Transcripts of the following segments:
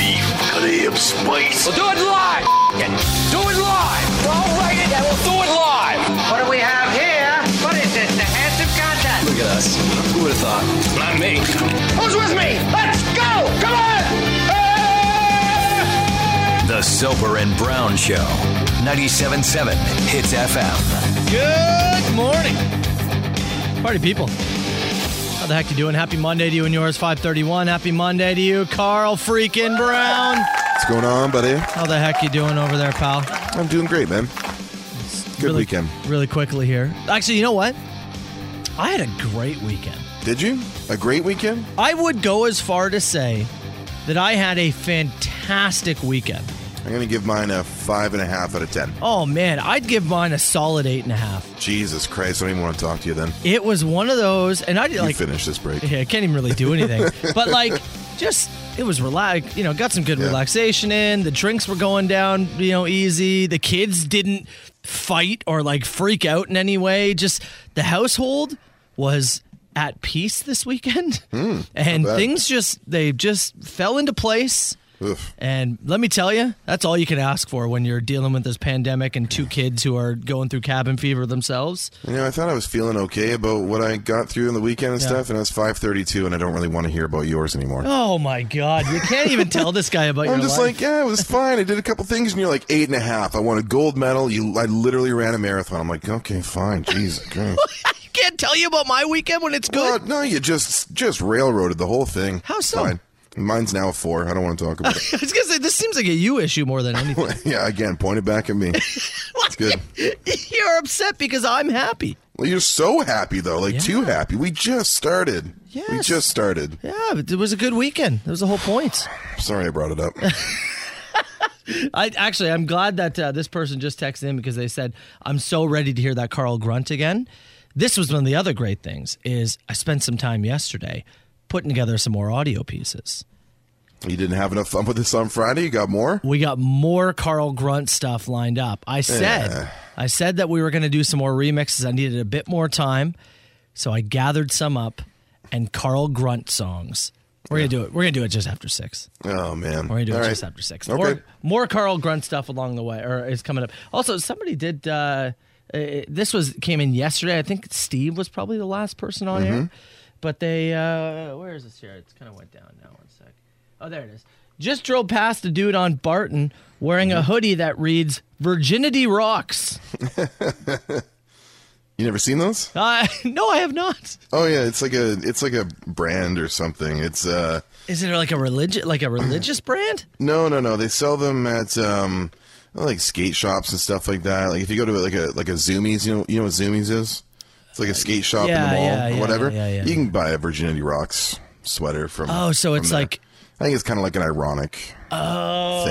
symphony of space. We'll do it live. F- it. Do it live. I'll write it and we'll do it live. What do we have here? What is this? The handsome contest. Look at us. Who would have thought? Not me. Who's with me? Let's go! Come on! Hey! The Sober and Brown Show, 97.7 Hits FM. Good morning. Party people. How the heck you doing? Happy Monday to you and yours, 531. Happy Monday to you, Carl freaking Brown. What's going on, buddy? How the heck you doing over there, pal? I'm doing great, man. Good really, weekend. Really quickly here. Actually, you know what? I had a great weekend. Did you? A great weekend? I would go as far to say that I had a fantastic weekend. I'm going to give mine a five and a half out of ten. Oh, man. I'd give mine a solid eight and a half. Jesus Christ. I don't even want to talk to you then. It was one of those, and I you like finish this break. Yeah, I can't even really do anything. but like, just it was relax. You know, got some good yeah. relaxation in. The drinks were going down. You know, easy. The kids didn't fight or like freak out in any way. Just the household was at peace this weekend, mm, and things just they just fell into place. Oof. And let me tell you, that's all you can ask for when you're dealing with this pandemic and two kids who are going through cabin fever themselves. You know, I thought I was feeling okay about what I got through in the weekend and yeah. stuff, and I was 5:32, and I don't really want to hear about yours anymore. Oh my God, you can't even tell this guy about. I'm just life. like, yeah, it was fine. I did a couple things, and you're like eight and a half. I won a gold medal. You, I literally ran a marathon. I'm like, okay, fine, Jesus. Okay. can't tell you about my weekend when it's good. Well, no, you just just railroaded the whole thing. How so? Fine. Mine's now a four. I don't want to talk about it. I was gonna say this seems like a you issue more than anything. yeah, again, point it back at me. It's good. You're upset because I'm happy. Well, you're so happy though, like yeah. too happy. We just started. Yes. we just started. Yeah, it was a good weekend. That was the whole point. Sorry, I brought it up. I actually, I'm glad that uh, this person just texted in because they said I'm so ready to hear that Carl grunt again. This was one of the other great things is I spent some time yesterday putting together some more audio pieces. You didn't have enough fun with this on Friday. You got more. We got more Carl Grunt stuff lined up. I said, yeah. I said that we were going to do some more remixes. I needed a bit more time, so I gathered some up and Carl Grunt songs. We're yeah. gonna do it. We're gonna do it just after six. Oh man, we're gonna do All it right. just after six. Okay. More, more Carl Grunt stuff along the way, or is coming up. Also, somebody did. Uh, uh, this was came in yesterday. I think Steve was probably the last person on mm-hmm. air but they uh where is this here? It's kind of went down now. One sec. Oh, there it is. Just drove past a dude on Barton wearing a hoodie that reads "Virginity Rocks." you never seen those? Uh, no, I have not. Oh yeah, it's like a it's like a brand or something. It's uh. Is it like a religious like a religious brand? No, no, no. They sell them at um like skate shops and stuff like that. Like if you go to like a like a Zoomies, you know you know what Zoomies is. It's like a skate shop Uh, yeah, in the mall yeah, yeah, or whatever. You can buy a Virginity Rocks sweater from. Oh, so it's like. I think it's kind of like an ironic oh.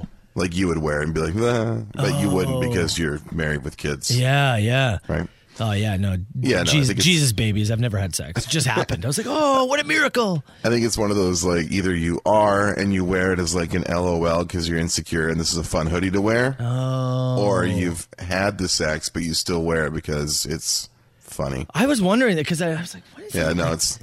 thing. Like you would wear it and be like, ah, but oh. you wouldn't because you're married with kids. Yeah, yeah. Right. Oh yeah, no. Yeah, Jesus, no, Jesus babies. I've never had sex. It just happened. I was like, oh, what a miracle. I think it's one of those like either you are and you wear it as like an LOL because you're insecure and this is a fun hoodie to wear, oh. or you've had the sex but you still wear it because it's funny. I was wondering that because I, I, was like, what is yeah, that? no, it's.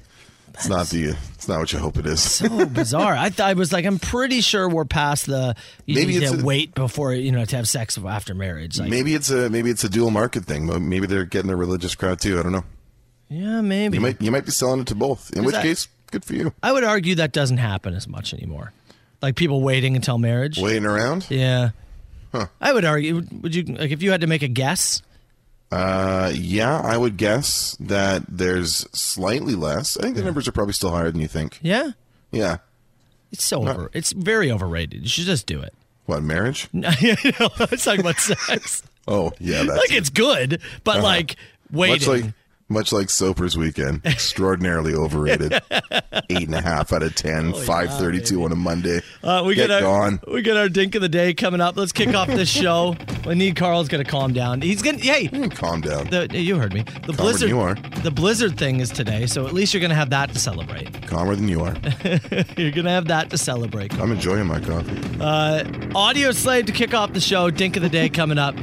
That's it's not the. It's not what you hope it is. so bizarre. I thought I was like, I'm pretty sure we're past the. You maybe need to a, wait before you know to have sex after marriage. Like, maybe it's a maybe it's a dual market thing. Maybe they're getting a religious crowd too. I don't know. Yeah, maybe you might you might be selling it to both. In which I, case, good for you. I would argue that doesn't happen as much anymore. Like people waiting until marriage. Waiting around. Yeah. Huh. I would argue. Would you like if you had to make a guess? Uh, yeah, I would guess that there's slightly less. I think the yeah. numbers are probably still higher than you think. Yeah. Yeah. It's so Not, over. It's very overrated. You should just do it. What marriage? no, I was talking about sex. oh yeah, like it. it's good, but uh-huh. like waiting. Much like, much like Soper's weekend, extraordinarily overrated. Eight and a half out of ten. Holy five thirty-two on a Monday. Uh, we Get got our gone. we got our dink of the day coming up. Let's kick off this show. We need Carl's gonna calm down. He's gonna hey calm down. The, you heard me. The Calmer blizzard. you are. The blizzard thing is today, so at least you're gonna have that to celebrate. Calmer than you are. you're gonna have that to celebrate. Carl. I'm enjoying my coffee. Uh, audio slave to kick off the show. Dink of the day coming up.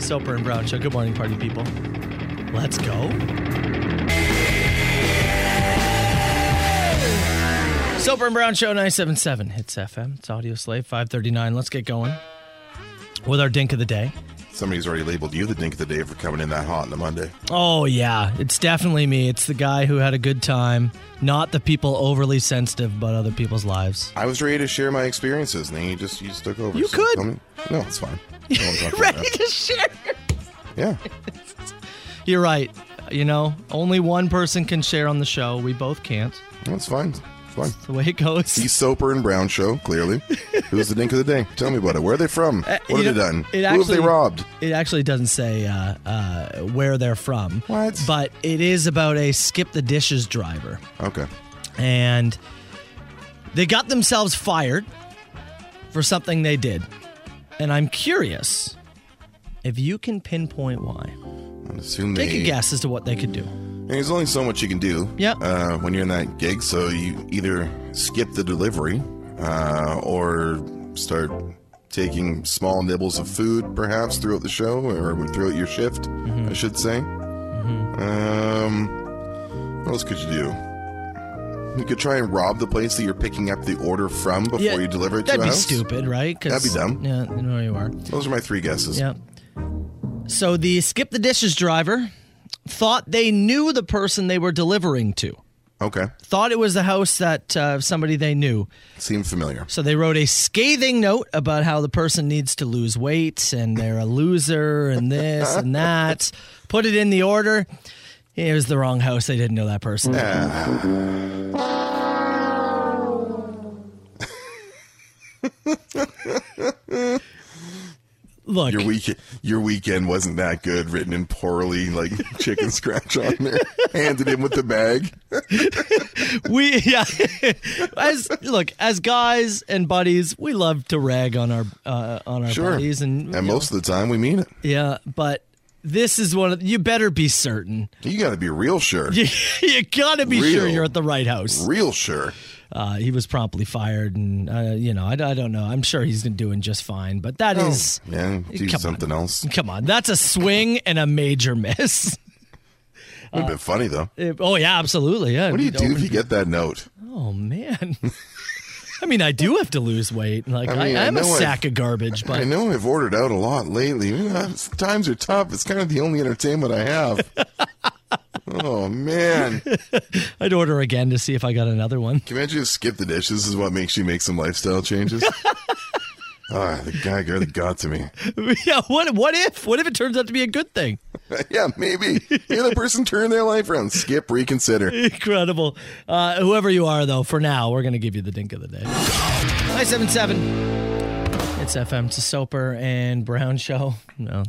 Soper and Brown show. Good morning, party people. Let's go. Soper and Brown Show 977 hits FM. It's Audio Slave 539. Let's get going with our dink of the day. Somebody's already labeled you the dink of the day for coming in that hot on a Monday. Oh, yeah. It's definitely me. It's the guy who had a good time, not the people overly sensitive about other people's lives. I was ready to share my experiences, and then you just you just took over. You could. tell me- no, it's fine. No one's talking about Ready to share. that. Yeah. You're right. You know, only one person can share on the show. We both can't. No, it's fine. It's fine. It's the way it goes. The Soper and Brown show, clearly. Who's the dink of the day? Tell me about it. Where are they from? What Uh, You have they know, done? It Who have they actually- robbed? It actually doesn't say uh, uh, where they're from. What? But it is about a skip the dishes driver. Okay. and they got themselves fired for something they did. And I'm curious if you can pinpoint why. I'd assume they. Take a guess as to what they could do. And there's only so much you can do. Yep. Uh, when you're in that gig, so you either skip the delivery, uh, or start taking small nibbles of food, perhaps throughout the show or throughout your shift, Mm-hmm. I should say. Um, what else could you do? You could try and rob the place that you're picking up the order from before you deliver it to that'd a be house. stupid, right? 'Cause- That'd be dumb. Yeah, you know where you are. Those are my three guesses. Yeah. So the skip the dishes driver thought they knew the person they were delivering to. Okay. Thought it was the house that uh, somebody they knew. Seemed familiar. So they wrote a scathing note about how the person needs to lose weight and they're a loser and this and that. Put it in the order. It was the wrong house. They didn't know that person. Look, Your week, your weekend wasn't that good. Written in poorly, like chicken scratch on there. Handed in with the bag. we yeah. as look as guys and buddies, we love to rag on our uh, on our Sure. buddies and, you know, most of the time, we mean it. yeah. But this is one of you better be certain. You got to be real sure. you gotta be sure Real. you're at the right house. Real sure. uh, he was promptly fired, and uh, you know, I, I don't know. I'm sure he's doing just fine, but that is, Oh, Yeah, do Come on. something else. come on, that's a swing and a major miss. Would have been funny though. It- oh yeah, absolutely. Yeah. What do you do if you get that note? Oh man. I mean, I do have to lose weight. Like I I, mean, I am a know I've- sack of garbage, I but know I've ordered out a lot lately. You know, it's- Times are tough. It's kind of the only entertainment I have. oh man! Can I'd order again to see if I got another one. you imagine if skip the dish? This is what makes you make some lifestyle changes. Ah, the guy really got to me. yeah. What? What if? What if it turns out to be a good thing? yeah, maybe. You're the person turn their life around. Skip, reconsider. Incredible. Uh, whoever you are, though, for now, we're going to give you the dink of the day. 977. It's FM to Soper and Brown Show. No.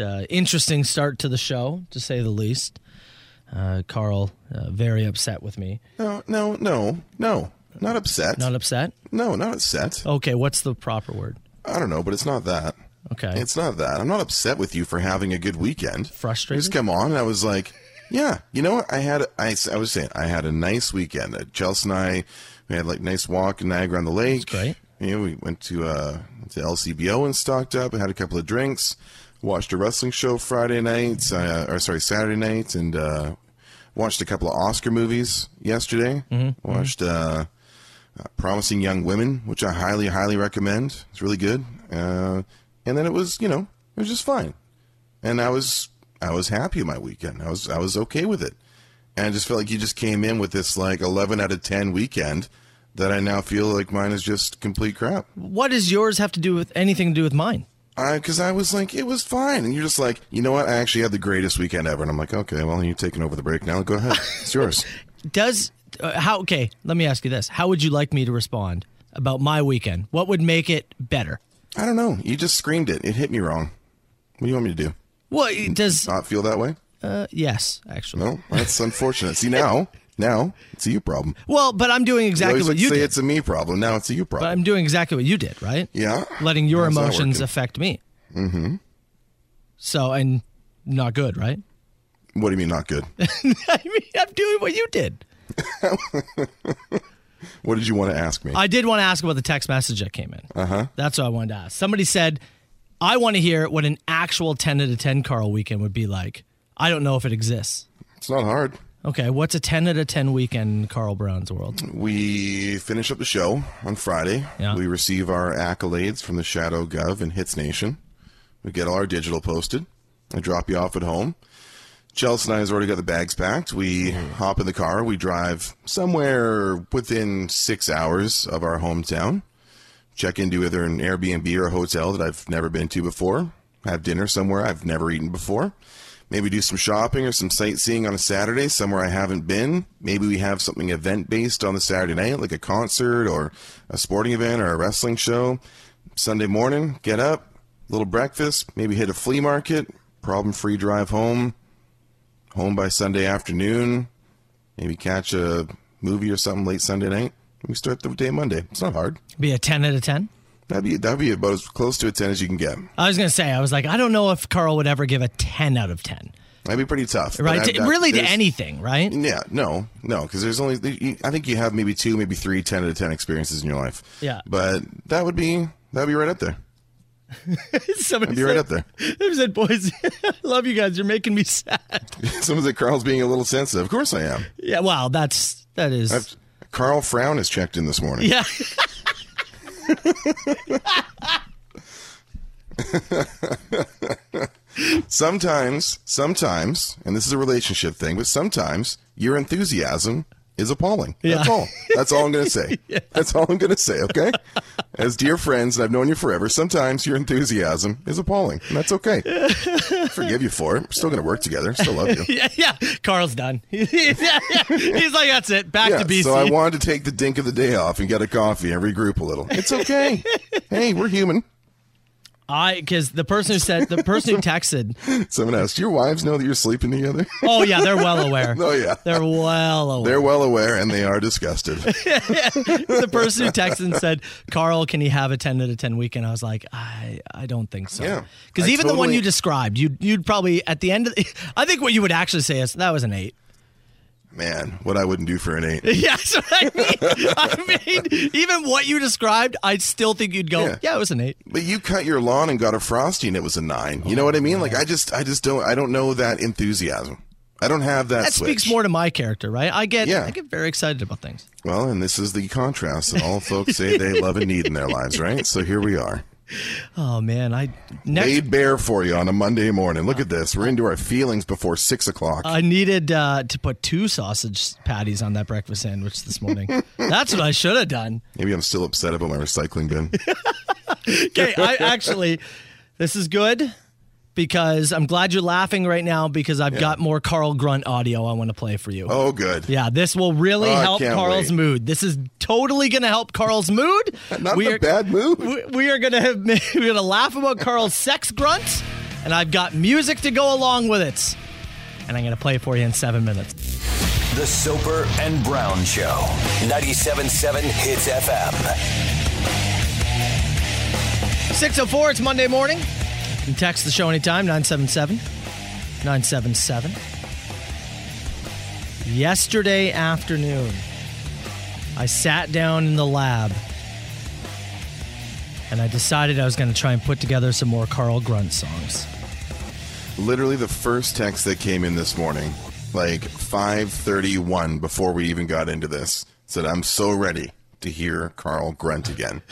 Uh, interesting start to the show, to say the least. Uh, Carl, uh, very upset with me. No, no, no, no. Not upset. Not upset? no, not upset. Okay, what's the proper word? I don't know, but it's not that. Okay. It's not that. I'm not upset with you for having a good weekend. Frustrated? I Just come on, and I was like, yeah, you know what? I had, I, s- I was saying, I had a nice weekend. Uh, Chelsea and I, we had like nice walk in Niagara on the Lake. great. You know, we went to uh went to LCBO and stocked up. and had a couple of drinks. Watched a wrestling show Friday night, uh, or sorry, Saturday night, and uh, watched a couple of Oscar movies yesterday. Watched. Uh, Promising Young Women, which I highly, highly recommend. It's really good. Uh, and then it was, you know, it was just fine. And I was, I was happy with my weekend. I was, I was okay with it. And I just felt like you just came in with this like 11 out of 10 weekend that I now feel like mine is just complete crap. What does yours have to do with anything to do with mine? Because I was like, it was fine. And you're just like, you know what? I actually had the greatest weekend ever. And I'm like, okay, well, you're taking over the break now. Go ahead. It's yours. Does. Uh, how. Okay, let me ask you this. How would you like me to respond about my weekend? What would make it better? I don't know. You just screamed it. It hit me wrong. What do you want me to do? Well, does. Not feel that way? Uh, yes, actually. No, that's unfortunate. See now, now it's a you problem. Well, but I'm doing You exactly always what like to you say did. it's a me problem. Now it's a you But problem. I'm doing exactly what you did, right? yeah, Letting your How's that emotions working? affect me. Mm-hmm. So and not good, right? What do you mean not good? I mean, I'm doing what you did. what did you want to ask me? I did want to ask about the text message that came in. Uh Uh-huh. huh. That's what I wanted to ask. Somebody said, "I want to hear what an actual ten out of ten Carl weekend would be like." I don't know if it exists. it's not hard. Okay, what's a 10 out of 10 weekend in Carl Brown's world? We finish up the show on Friday. Yeah. We receive our accolades from the Shadow Gov and Hits Nation. We get all our digital posted. I drop you off at home. Chelsea and I has already got the bags packed. We Mm-hmm. hop in the car. We drive somewhere within six hours of our hometown. Check into either an Airbnb or a hotel that I've never been to before. Have dinner somewhere I've never eaten before. Maybe do some shopping or some sightseeing on a Saturday somewhere I haven't been. Maybe we have something event based on the Saturday night, like a concert or a sporting event or a wrestling show. Sunday morning, get up, little breakfast, maybe hit a flea market, problem free drive home home by Sunday afternoon, maybe catch a movie or something late Sunday night. We start the day Monday. It's not hard. Be a 10 out of 10? That'd be that'd be about as close to a ten as you can get. I was going to say, I was like, I don't know if Carl would ever give a 10 out of 10, That'd be pretty tough. but right? I've To- got- really to there's- anything, right? Yeah, no, no, because there's only you- I think you have maybe two, maybe three 10 out of ten experiences in your life. Yeah. but that would be that'd be right up there. That'd Somebody be right said- up there. They said, boys, I love you guys. You're making me sad. Someone said Carl's being a little sensitive. Of course I am. Yeah, wow, that's, that is- I've- Carl Frown is checked in this morning. yeah. Sometimes, sometimes, and this is a relationship thing, but sometimes your enthusiasm is appalling. That's Yeah. all. That's all I'm going to say. That's all I'm going to say, okay? As dear friends, and I've known you forever, sometimes your enthusiasm is appalling. And that's okay. Forgive you for it. We're still going to work together. Still love you. yeah, yeah. Carl's done. yeah, yeah. He's like, that's it. Back Yeah, to BC. so I wanted to take the dink of the day off and get a coffee and regroup a little. It's okay. hey, we're human. I because the person who said the person who texted. Someone asked, "Do your wives know that you're sleeping together?" Oh yeah, they're well aware. oh yeah, They're well aware. they're well aware and they are disgusted. the person who texted and said, "Carl, can he have a ten out of ten weekend?" I was like, I I don't think so. Yeah, Because I even the one totally- you described, you'd you'd probably at the end of. The, I think what you would actually say is that was an eight. Man, what I wouldn't do for an eight. Yeah, that's what I mean. I mean, even what you described, I still think you'd go, Yeah. yeah, it was an eight. But you cut your lawn and got a frosty and it was a nine. You know what I mean? Like I just I just don't I don't know that enthusiasm. I don't have that. That switch. speaks more to my character, right? I get Yeah. I get very excited about things. Well, and this is the contrast that all folks say they love and need in their lives, right? So here we are, Oh man, I next laid bare for you on a Monday morning. Look at this. We're into our feelings before six o'clock. I needed uh, to put two sausage patties on that breakfast sandwich this morning. That's what I should have done. Maybe I'm still upset about my recycling bin. Okay, I actually, this is good because I'm glad you're laughing right now because I've got more Carl Grunt audio I want to play for you. Oh, good. Yeah, this will really Oh, I help can't Carl's wait. mood. This is totally going to help Carl's mood. Not in a bad mood. we- we are gonna have, we're gonna laugh about Carl's sex grunt, and I've got music to go along with it, and I'm gonna play it for you in seven minutes. The Soper and Brown Show. 97.7 Hits FM. 604, it's Monday morning. You can text the show anytime, 977 977. Yesterday afternoon, I sat down in the lab and I decided I was going to try and put together some more Carl Grunt songs. Literally the first text that came in this morning, like 5:31 before we even got into this, said I'm so ready to hear Carl grunt again.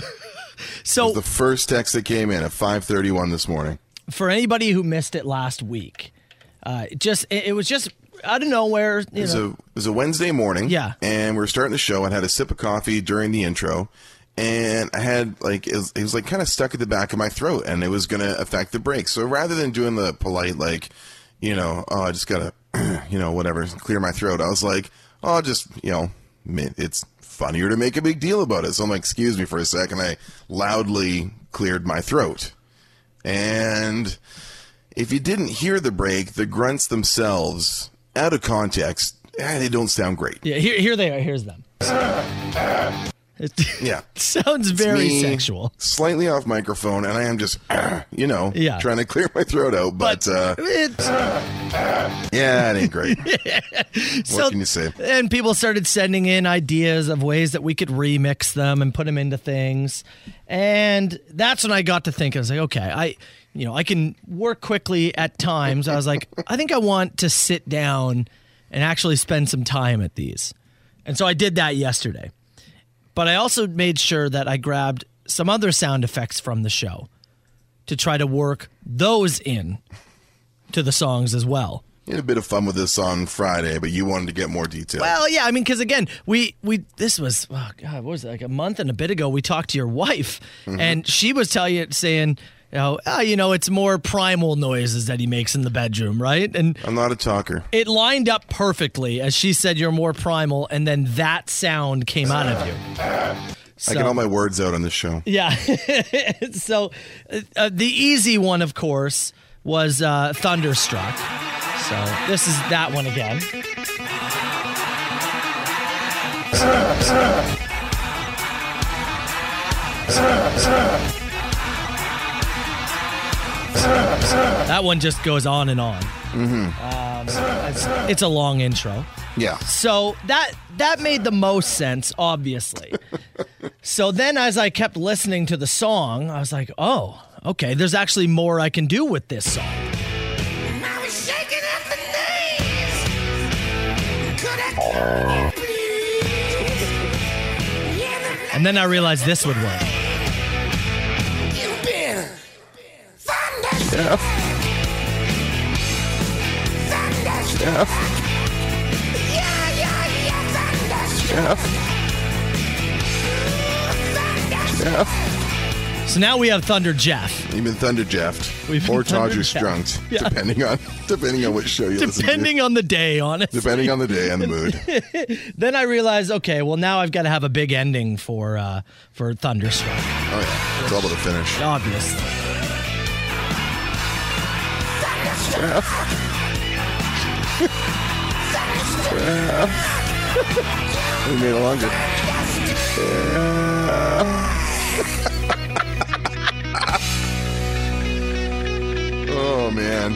So, the first text that came in at 5:31 this morning. for anybody who missed it last week, uh, it just it, it was just out of nowhere. You It was, know, a, it was a Wednesday morning. Yeah. and we were starting the show. I had a sip of coffee during the intro, and I had like it was, it was like kind of stuck at the back of my throat, and it was going to affect the break. So rather than doing the polite like, you know, oh, I just gotta, you know, whatever, clear my throat. I was like, oh, just you know, ma- it's funnier to make a big deal about it. So I'm like, excuse me for a second. I loudly cleared my throat, and. if you didn't hear the break, the grunts themselves, out of context, eh, they don't sound great. yeah, here here they are. Here's them. It Yeah. sounds very Me, sexual. Slightly off microphone, and I am just, you know, Yeah. trying to clear my throat out, but, uh, It's- yeah, it ain't great. what so- can you say? And people started sending in ideas of ways that we could remix them and put them into things. And that's when I got to think. I was like, okay, I, you know, I can work quickly at times. I was like, I think I want to sit down and actually spend some time at these. And so I did that yesterday. But I also made sure that I grabbed some other sound effects from the show to try to work those in to the songs as well. You had a bit of fun with this on Friday, but you wanted to get more detail. Well, yeah, I mean, because again, we we this was oh god, what was it like a month and a bit ago? We talked to your wife, and she was telling you saying, you know, ah, you know, it's more primal noises that he makes in the bedroom, right? And I'm not a talker. it lined up perfectly as she said, "You're more primal," and then that sound came out of you. I So- get all my words out on this show. yeah. so uh, uh, the easy one, of course, was uh, Thunderstruck. So this is that one again. That one just goes on and on. Mm-hmm. Um, it's, it's a long intro. Yeah. So that that made the most sense, obviously. so then as I kept listening to the song, I was like, oh, okay, there's actually more I can do with this song. I was shaking at the knees. Could I come in, please? Yeah, the And then I realized this would work. you've been. Thunder. Yeah. Thunder. Yeah, yeah, yeah. Thunder. Thunder. So now we have Thunder Jeff. Even Thunder Jeffed We've been or Todger thunder-jeffed. Strunked, Yeah. depending on depending on which show you listen to. Depending on the day, honestly. Depending on the day and the mood. Then I realized, okay, well now I've got to have a big ending for uh, for Thunderstruck, Oh yeah, it's all about the finish. obviously. We made it longer. oh man,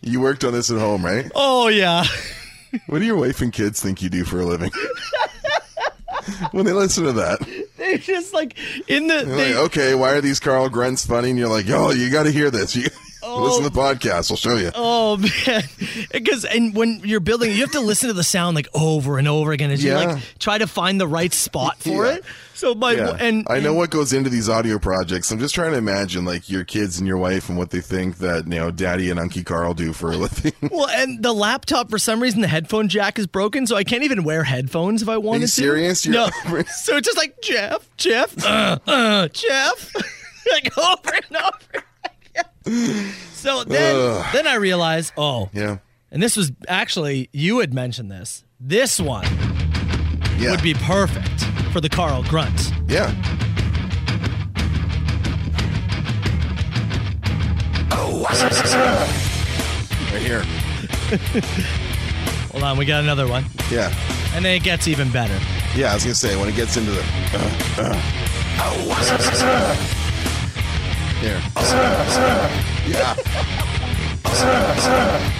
you worked on this at home, right? Oh yeah. What do your wife and kids think you do for a living? when they listen to that, They just like in they're the they- like, okay, why are these Carl grunts funny? And you're like, oh, you got to hear this. You listen to the podcast. I'll show you. Oh man, because and when you're building, you have to listen to the sound like over and over again as you Yeah. like try to find the right spot for Yeah. it. So my Yeah. and I know what goes into these audio projects. I'm just trying to imagine like your kids and your wife and what they think that you know Daddy and Unky Carl do for a living. well, and the laptop for some reason the headphone jack is broken, so I can't even wear headphones if I wanted to. serious? You're- no, so it's just like Jeff, Jeff, uh, uh, Jeff, like over and over. again. so then, Ugh. then I realized, oh, yeah, and this was actually you had mentioned this. This one yeah, would be perfect for the Carl Grunt. yeah. Oh, right here. Hold on, we got another one. Yeah, And then it gets even better. yeah. I was gonna say when it gets into the. Uh, uh. Here. Yeah.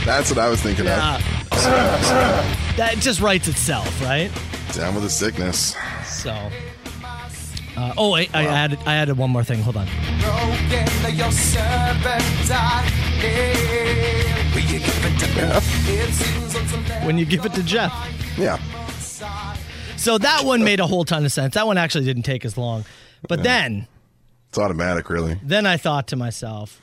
That's what I was thinking Uh, that just writes itself, right? of. Down with the sickness. So. Uh, oh, I, I added I added one more thing. Hold on. broken, your servant I am. Will you give it to me? It seems on some When you give it to Jeff. Yeah. So that one made a whole ton of sense. That one actually didn't take as long. But then, It's automatic, really. then I thought to myself,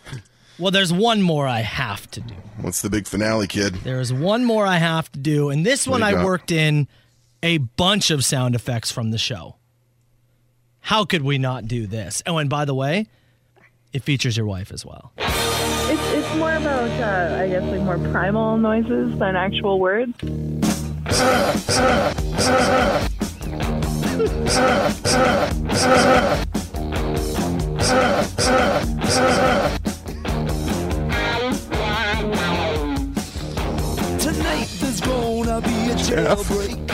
well, there's one more I have to do. What's the big finale, kid? There is one more I have to do, and this one do you I got? worked in a bunch of sound effects from the show. How could we not do this? Oh, and by the way, it features your wife as well. It's, it's more about, uh, I guess, like more primal noises than actual words. Tonight there's gonna be a jailbreak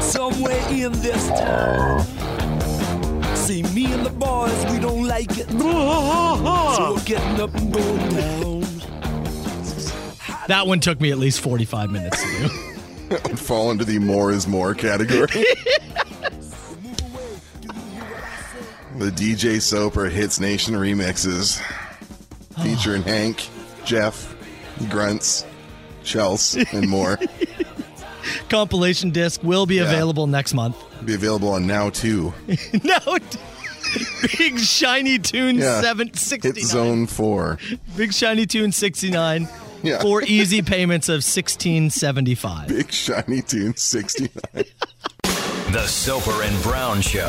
somewhere in this town. See, me and the boys, we don't like it. So we're getting up and going down. That one took me at least 45 minutes to do. Would fall into the more is more category. the DJ Soper Hits Nation remixes. featuring Hank, Jeff, Grunts, Chels, and more. Compilation disc will be available next month. Be available on now too. no, big shiny tune Yeah. seven Hit sixty nine. zone four. Big shiny tune sixty nine. Yeah. For easy payments of sixteen seventy five. Big shiny tune sixty nine. The Soper and Brown Show.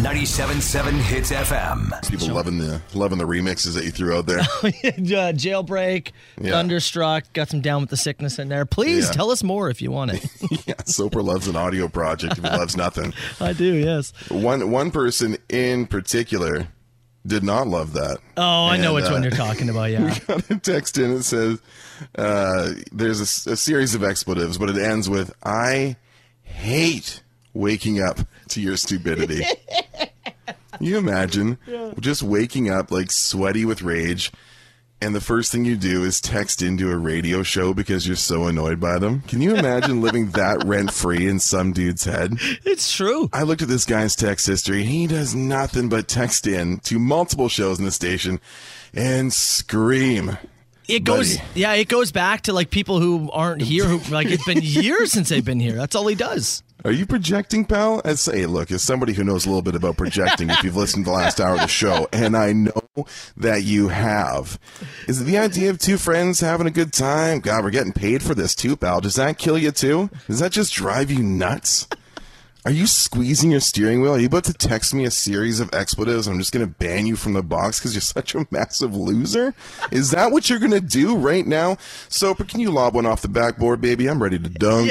97.7 Hits FM. People loving the loving the remixes that you threw out there. uh, jailbreak, Yeah. thunderstruck, got some down with the sickness in there. Please Yeah. tell us more if you want it. yeah, Soper loves an audio project if he loves nothing. I do, yes. One one person in particular did not love that. Oh, I know And, which uh, one you're talking about. Yeah, got a text in that says uh, there's a s- a, series of expletives, but it ends with I hate waking up to your stupidity. Can you imagine just waking up like sweaty with rage, and the first thing you do is text into a radio show because you're so annoyed by them. Can you imagine living that rent free in some dude's head? it's true. I looked at this guy's text history. He does nothing but text in to multiple shows in the station and scream. It goes, Buddy. yeah, it goes back to like people who aren't here. Who like it's been years since they've been here. That's all he does. Are you projecting, pal? As hey, look, as somebody who knows a little bit about projecting, if you've listened to the last hour of the show, and I know that you have, is it the idea of two friends having a good time? God, we're getting paid for this too, pal. Does that kill you too? Does that just drive you nuts? Are you squeezing your steering wheel? Are you about to text me a series of expletives? I'm just going to ban you from the box because you're such a massive loser? Is that what you're going to do right now? Soper, can you lob one off the backboard, baby? I'm ready to dunk.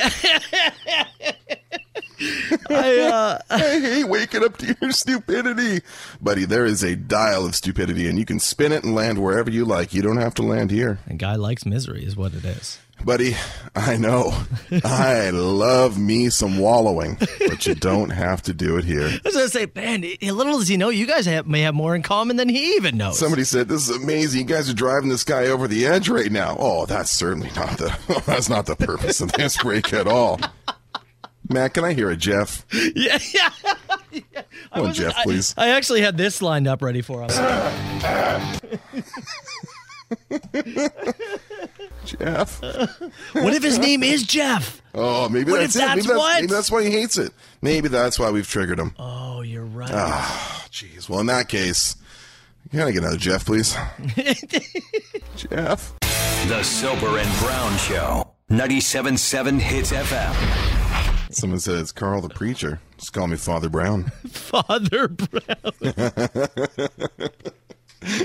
I, uh, I hate waking up to your stupidity. Buddy, there is a dial of stupidity, and you can spin it and land wherever you like. You don't have to land here. a guy likes misery, is what it is. Buddy, I know. I love me some wallowing, but you don't have to do it here. I was gonna say, man, i- little does he know, you guys have, may have more in common than he even knows. Somebody said, "This is amazing. You guys are driving this guy over the edge right now." Oh, that's certainly not the that's not the purpose of this break at all. Matt, can I hear a Jeff? yeah, yeah. Come on, Jeff, please. I actually had this lined up ready for him. Jeff. What if his name is Jeff? Oh, maybe What that's if it. that's maybe, that's, what? maybe that's why he hates it. Maybe that's why we've triggered him. Oh, you're right. Jeez. Well, in that case, can I get another Jeff, please? Jeff. The Soper and Brown Show. 97.7 Hits FM. Someone said it's Carl the preacher. Just call me Father Brown. Father Brown.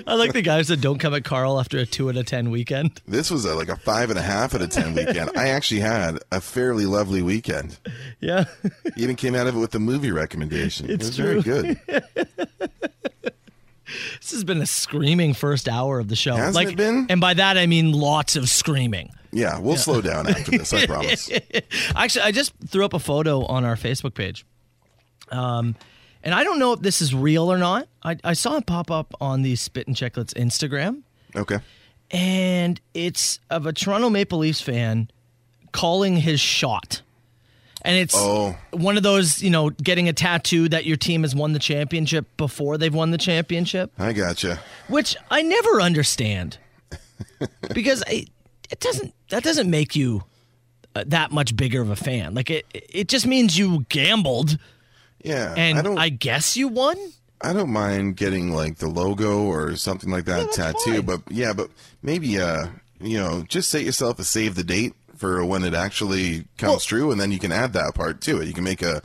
I like the guy who said, "Don't come at Carl after a two out of ten weekend." This was a, like a five and a half out of ten weekend. I actually had a fairly lovely weekend. Yeah, Even came out of it with a movie recommendation. it It's was very good. this has been a screaming first hour of the show. Hasn't like, it been? and by that I mean lots of screaming. Yeah, we'll slow down after this. I promise. Actually, I just threw up a photo on our Facebook page. Um, and I don't know if this is real or not. I, I saw it pop up on the Spit and Checklets Instagram, Okay. and it's of a Toronto Maple Leafs fan calling his shot. And it's Oh. one of those, you know, getting a tattoo that your team has won the championship before they've won the championship, I gotcha. which I never understand because I, it doesn't that doesn't make you uh, that much bigger of a fan. Like it, it just means you gambled Yeah. and I don't. I guess you won. I don't mind getting like the logo or something like that tattoo, but yeah, but maybe uh, you know, just set yourself a save the date for when it actually comes true, and then you can add that part to it. You can make a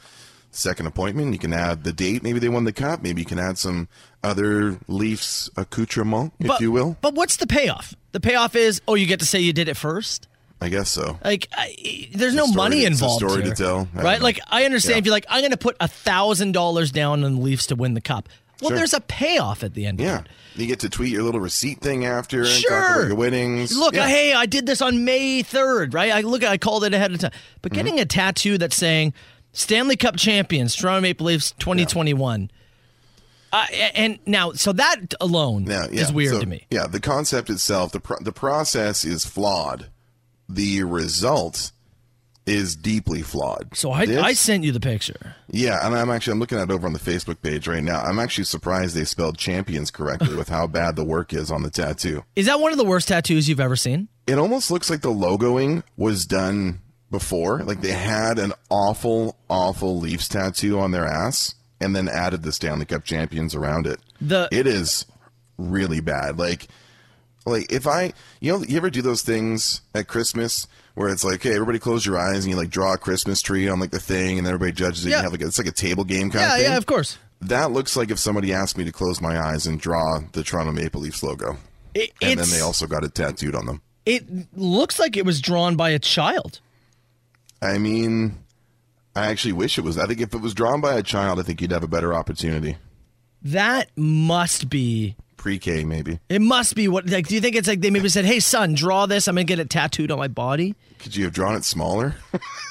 second appointment. You can add the date. Maybe they won the cup. Maybe you can add some other Leafs accoutrement, if But, you will. But what's the payoff? The payoff is, oh, you get to say you did it first. I guess so. Like, I, there's no story- money it's a involved. story to here, tell. I don't right? know. Like, I understand Yeah. if you're like, I'm going to put a thousand dollars down on the Leafs to win the cup. Well, Sure. there's a payoff at the end. Yeah, Of it. you get to tweet your little receipt thing after and talk Sure. about your winnings. Look, yeah. hey, I did this on May 3rd, right? I look, I called it ahead of time. Mm-hmm. But getting a tattoo that's saying Stanley Cup champions, Toronto Maple Leafs 2021. Uh, a- and now, so that alone Now, yeah, is weird so- to me. Yeah, the concept itself, the pro- the process is flawed. The result is deeply flawed. So I, This- I sent you the picture. yeah, and I'm actually I'm looking at it over on the Facebook page right now. I'm actually surprised they spelled champions correctly with how bad the work is on the tattoo. Is that one of the worst tattoos you've ever seen? It almost looks like the logoing was done before, like they had an awful, awful Leafs tattoo on their ass, and then added the Stanley Cup champions around it. The it is really bad. Like, like if I, you know, you ever do those things at Christmas where it's like, hey, everybody close your eyes and you like draw a Christmas tree on like the thing, and everybody judges it. Yeah. You have like a, it's like a table game kind yeah, of thing. yeah, of course. That looks like if somebody asked me to close my eyes and draw the Toronto Maple Leafs logo, It, and then it's- they also got it tattooed on them. it looks like it was drawn by a child. I mean, I actually wish it was. I think if it was drawn by a child, I think you'd have a better opportunity. That must be. Pre-K maybe. It must be what. Like, do you think it's like they maybe said, "Hey, son, draw this. I'm gonna get it tattooed on my body." Could you have drawn it smaller?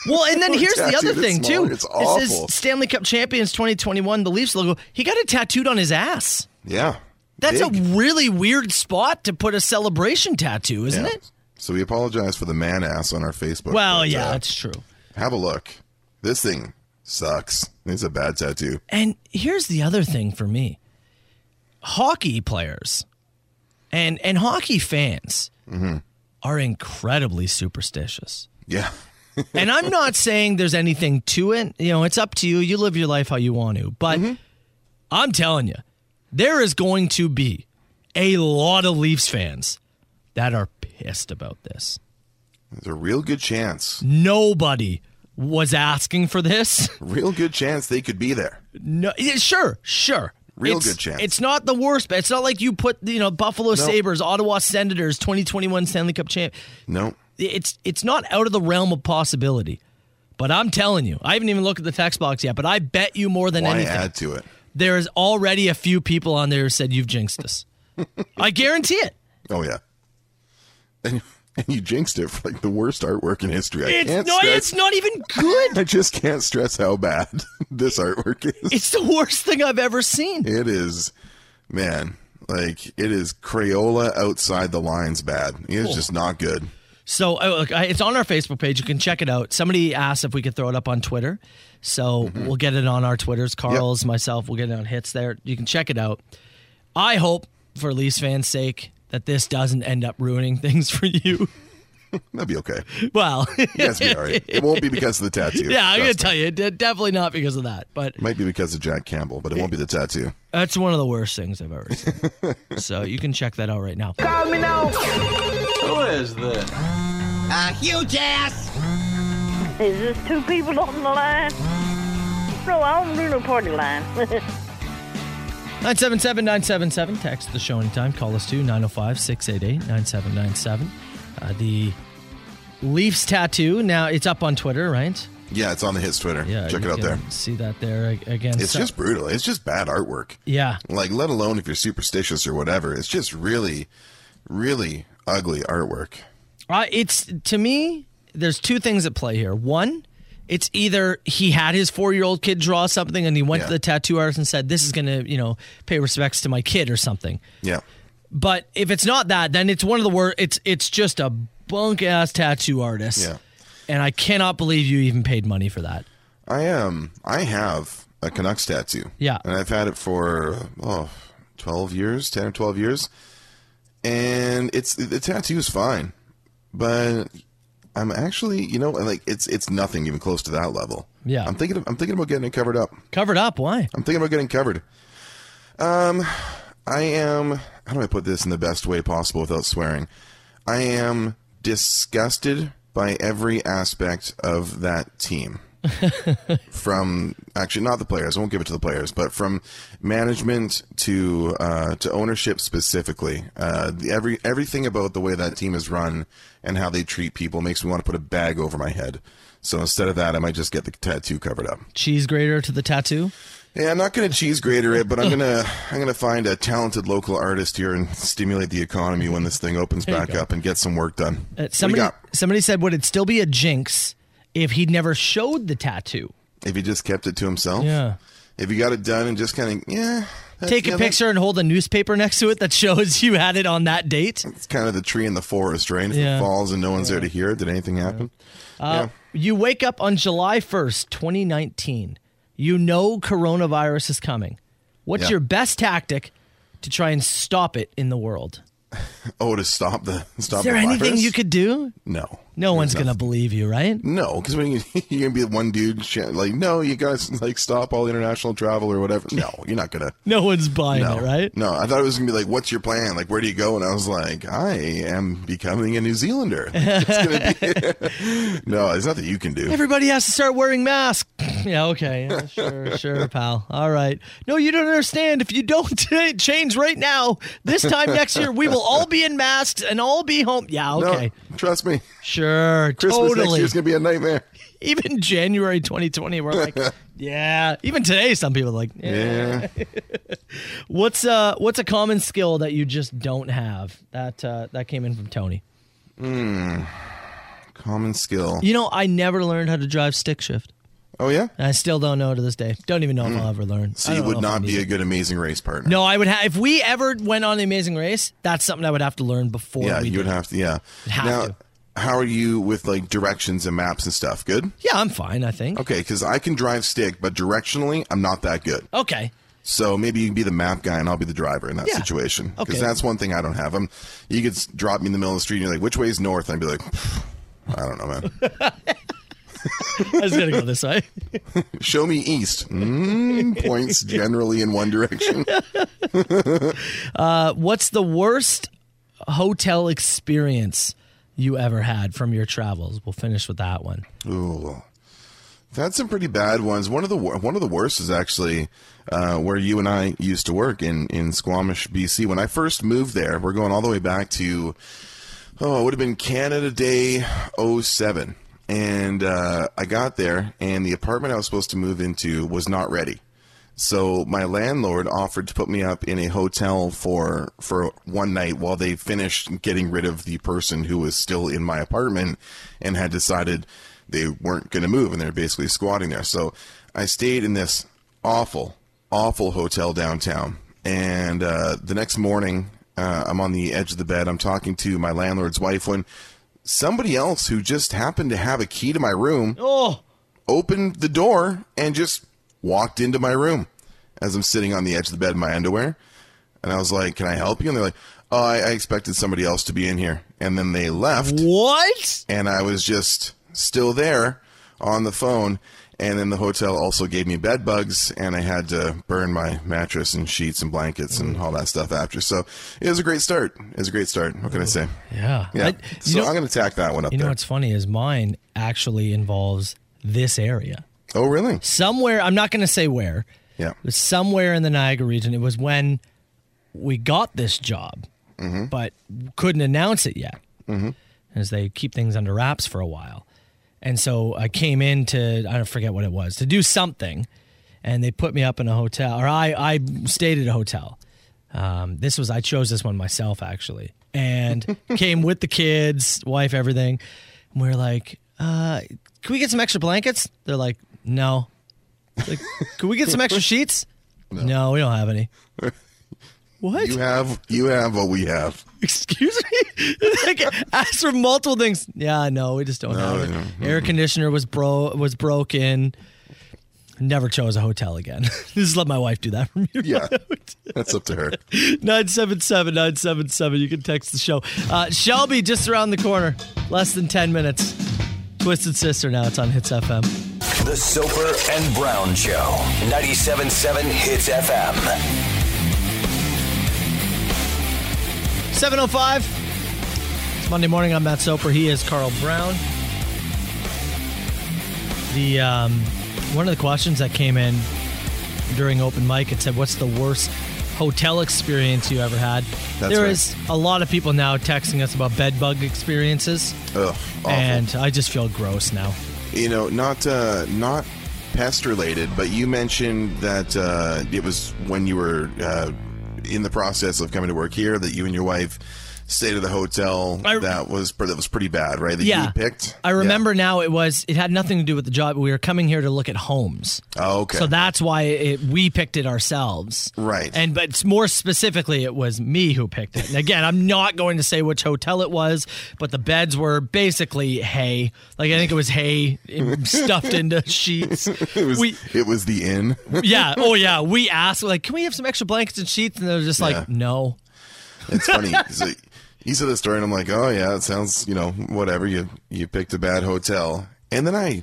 Well, and then here's the other tattooed it thing too. smaller. It's awful. This is Stanley Cup champions 2021, the Leafs logo. He got it tattooed on his ass. yeah. That's Big. a really weird spot to put a celebration tattoo, isn't Yeah. it? So we apologize for the man ass on our Facebook. Well, but, yeah, uh, that's true. have a look. This thing sucks. It's a bad tattoo. And here's the other thing for me hockey players and, and hockey fans are incredibly superstitious. Yeah. and I'm not saying there's anything to it. You know, it's up to you. You live your life how you want to. But I'm telling you, there is going to be a lot of Leafs fans that are pissed about this. There's a real good chance. Nobody was asking for this. Real good chance they could be there. No, yeah, sure, sure. Real It's- good chance. It's not the worst, but it's not like you put you know Buffalo Sabers, Ottawa Senators, 2021 Stanley Cup champ. No. It's it's not out of the realm of possibility. But I'm telling you, I haven't even looked at the text box yet. But I bet you more than Why anything, add to it? there is already a few people on there who said you've jinxed us. I guarantee it. Oh yeah. And, and you jinxed it for like the worst artwork in history. I It's can't not. stress- It's not even good. I just can't stress how bad this artwork is. it's the worst thing I've ever seen. It is, man, like it is Crayola outside the lines bad. It's just not good. So uh, look, I- it's on our Facebook page. You can check it out. Somebody asked if we could throw it up on Twitter, so Mm-hmm. we'll get it on our Twitters. Carl's, myself, we'll get it on hits there. You can check it out. I hope, for Leafs fans' sake, that this doesn't end up ruining things for you. That'd be okay. well, Yes, be all right. It won't be because of the tattoo. yeah, I'm gonna Trust me. tell you, de- definitely not because of that. But Might be because of Jack Campbell, but it won't be the tattoo. that's one of the worst things I've ever seen. so you can check that out right now. A huge ass. Is this two people on the line? No, I don't do no party line. 977 977. Text the show anytime. Call us too, 905 688 9797. Uh, The Leafs tattoo. Now it's up on Twitter, right? Yeah, it's on the hits Twitter. check you it out can there. See that there ag- again. It's So- just brutal. It's just bad artwork. Yeah. Like, let alone if you're superstitious or whatever. It's just really, really ugly artwork. Uh, it's to me. There's two things at play here. One, it's either he had his four year old kid draw something and he went to Yeah. the tattoo artist and said, "This is gonna, you know, pay respects to my kid" or something. Yeah. But if it's not that, then it's one of the worst. It's it's just a bunk ass tattoo artist. Yeah. And I cannot believe you even paid money for that. I am. I have a Canucks tattoo. Yeah. And I've had it for oh, 12 years, 10 or 12 years. And it's the tattoo is fine. But I'm actually, you know, like it's it's nothing even close to that level. Yeah. I'm thinking of, I'm thinking about getting it covered up. Covered up? Why? I'm thinking about getting covered. Um I am how do I put this in the best way possible without swearing? I am disgusted by every aspect of that team. from actually not the players, I won't give it to the players, but from management to uh, to ownership specifically, uh, the- every everything about the way that team is run and how they treat people makes me want to put a bag over my head. So instead of that, I might just get the tattoo covered up. Cheese grater to the tattoo? Yeah, I'm not going to cheese grater it, but I'm gonna I'm gonna find a talented local artist here and stimulate the economy when this thing opens back up and get some work done. What Uh, do you somebody got? somebody said would it still be a jinx if he never showed the tattoo? if he just kept it to himself. Yeah. If he got it done and just kind of yeah, that's- Take yeah, a picture and hold a newspaper next to it that shows you had it on that date. That's kind of the tree in the forest, right? If Yeah. it falls and no one's there to hear it, did anything happen? Uh, You wake up on July 1st, 2019. You know coronavirus is coming. What's Yeah. your best tactic to try and stop it in the world? Oh, to stop the stop. Is there the anything virus? you could do? No. No one's There's going to believe you, right? No, because when you, you're gonna be the one dude, sh- like, no, you guys like stop all international travel or whatever. No, you're not gonna. No one's buying No, it, right? No, I thought it was gonna be like, what's your plan? Like, where do you go? And I was like, I am becoming a New Zealander. It's gonna be no, there's nothing you can do. Everybody has to start wearing masks. yeah, okay. Yeah, sure, sure, pal. All right. No, you don't understand. If you don't t- change right now, this time next year, we will all be in masks and all be home. Yeah, No, okay. trust me, Sure, Christmas next totally. year's gonna be a nightmare. Even January 2020, we're like, yeah. Even today, some people are like, eh. Yeah. what's uh, what's a common skill that you just don't have? That uh, that came in from Tony. Common skill. You know, I never learned how to drive stick shift. Oh yeah. And I still don't know to this day. Don't even know if I'll ever learn. Mm. So I you don't know would if not I'm be easy. a good amazing race partner. No, I would have. If we ever went on the Amazing Race, that's something I would have to learn before. Yeah, we you would did. have to. Yeah. have now, to. how are you with like directions and maps and stuff? Good. Yeah, I'm fine. I think. Okay, because I can drive stick, but directionally, I'm not that good. Okay. So maybe you can be the map guy and I'll be the driver in that Yeah. situation. Because Okay. that's one thing I don't have. I'm, you could s- drop me in the middle of the street and you're like, which way is north? And I'd be like, I don't know, man. I was gonna go this way. Show me east. Mm, points generally in one direction. What's the worst hotel experience you ever had from your travels? We'll finish with that one. Ooh. That's some pretty bad ones. One of the wor- one of the worst is actually uh, where you and I used to work in in Squamish, BC. When I first moved there, we're going all the way back to oh, it would have been Canada Day 07. And uh, I got there, and the apartment I was supposed to move into was not ready. So my landlord offered to put me up in a hotel for for one night while they finished getting rid of the person who was still in my apartment and had decided they weren't going to move and they're basically squatting there. So I stayed in this awful awful hotel downtown. And uh, the next morning, uh, I'm on the edge of the bed. I'm talking to my landlord's wife when somebody else who just happened to have a key to my room Oh, opened the door and just walked into my room as I'm sitting on the edge of the bed in my underwear. And I was like, Can I help you? And they're like, Oh, I, I expected somebody else to be in here. And then they left. what? And I was just still there on the phone. And then the hotel also gave me bed bugs, and I had to burn my mattress and sheets and blankets and all that stuff after. So it was a great start. It was a great start. What can I say? Yeah. Yeah. I- you so know, I'm going to tack that one up you know there. what's funny is mine actually involves this area. Oh, really? Somewhere, I'm not going to say where, Yeah. It was somewhere in the Niagara region. It was when we got this job, but couldn't announce it yet, as they keep things under wraps for a while. And so I came in to I don't forget what it was to do something, and they put me up in a hotel, or I I stayed at a hotel. Um, this was I chose this one myself actually, and came with the kids, wife, everything. And we are like, uh, "Can we get some extra blankets?" They're like, "No." Like, can we get some extra sheets? No, we don't have any. What? You have you have what we have. Excuse me? like, asked for multiple things. Yeah, no, we just don't have it. no, Air conditioner was bro was broken. Never chose a hotel again. just let my wife do that for me. Yeah. That's up to her. 977 977. You can text the show. Uh, Shelby, just around the corner. Less than 10 minutes. Twisted Sister now. It's on Hits FM. The Soper and Brown Show. 97.7 Hits FM. 705. It's Monday morning. I'm Matt Soper. He is Carl Brown. The um, one of the questions that came in during open mic it said, "What's the worst hotel experience you ever had?" That's There right. is a lot of people now texting us about bed bug experiences, Ugh, awful. and I just feel gross now. you know, not uh, not pest related, but you mentioned that uh, it was when you were uh, in the process of coming to work here that you and your wife stayed at the hotel I- that was pre- that was pretty bad, right? That Yeah. you picked. I remember now it was it had nothing to do with the job. We were coming here to look at homes. Yeah. Oh, okay. So that's why it, we picked it ourselves. Right. And but more specifically it was me who picked it. And again, I'm not going to say which hotel it was, but the beds were basically hay. Like I think it was hay stuffed into sheets. it was we it was the inn. yeah, oh yeah, we asked like, "Can we have some extra blankets and sheets?" And they're just Yeah. like, "No." It's funny. 'cause, like, you said the story, and I'm like, oh yeah, it sounds, you know, whatever. You you picked a bad hotel, and then I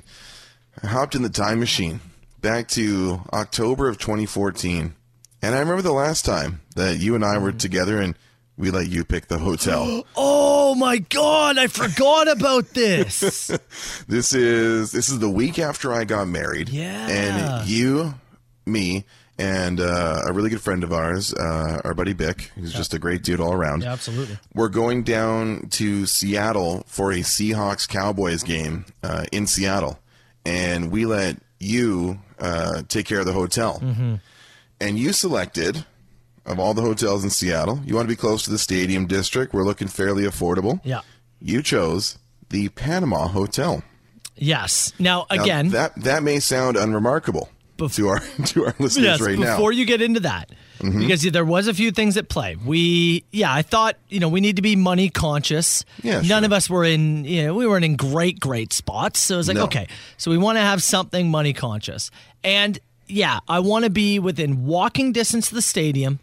hopped in the time machine back to October of 2014, and I remember the last time that you and I were together, and we let you pick the hotel. Oh my god, I forgot about this. this is this is the week after I got married. Yeah. And you, me, and uh, a really good friend of ours, uh, our buddy Bick, who's just a great dude all around. Yeah, absolutely. We're going down to Seattle for a Seahawks Cowboys game uh, in Seattle, and we let you uh, take care of the hotel. Mm-hmm. And you selected of all the hotels in Seattle, you want to be close to the stadium district. We're looking fairly affordable. Yeah. You chose the Panama Hotel. Yes. Now Now, again, that that may sound unremarkable to our to our listeners yes, right now. Mm-hmm. before you get into that, because there was a few things at play. We, yeah, I thought you know we need to be money conscious. Yeah, none sure. of us were in, you know, we weren't in great great spots. So I was like, No. okay, so we want to have something money conscious, and yeah, I want to be within walking distance of the stadium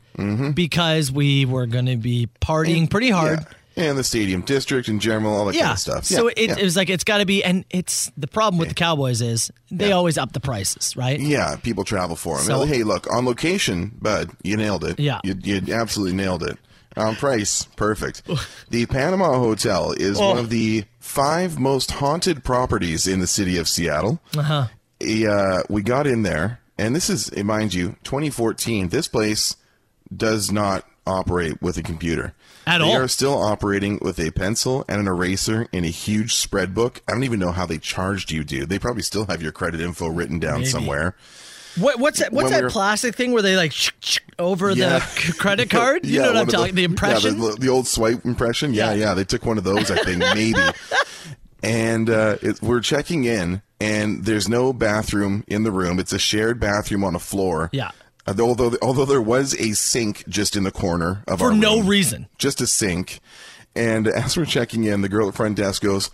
because we were going to be partying pretty hard. Mm-hmm. Yeah. And the stadium district in general, all that kind Yeah. of stuff. So Yeah, it, yeah. it was like it's got to be, and it's the problem with the Cowboys is they Yeah. always up the prices, right? Yeah, people travel for them. So- hey, look, on location, bud, you nailed it. Yeah. You, you absolutely nailed it. On price, perfect. The Panama Hotel is Oh. one of the five most haunted properties in the city of Seattle. Uh-huh. we got in there, and this is, eh, mind you, 2014. This place does not operate with a computer. At they all. are still operating with a pencil and an eraser and a huge spread book. I don't even know how they charged you, dude. They probably still have your credit info written down somewhere. What, what's that? What's When we that were- plastic thing where they like sh- sh- over Yeah. the c- credit card? You Yeah, know what one I'm of talking? the impression. Yeah, the, the old swipe impression. Yeah, yeah, They took one of those, I think, maybe. And uh, it, we're checking in, and there's no bathroom in the room. It's a shared bathroom on a floor. Yeah. Uh, Although, although there was a sink just in the corner of For our no room. reason. just a sink. And as we're checking in, the girl at front desk goes,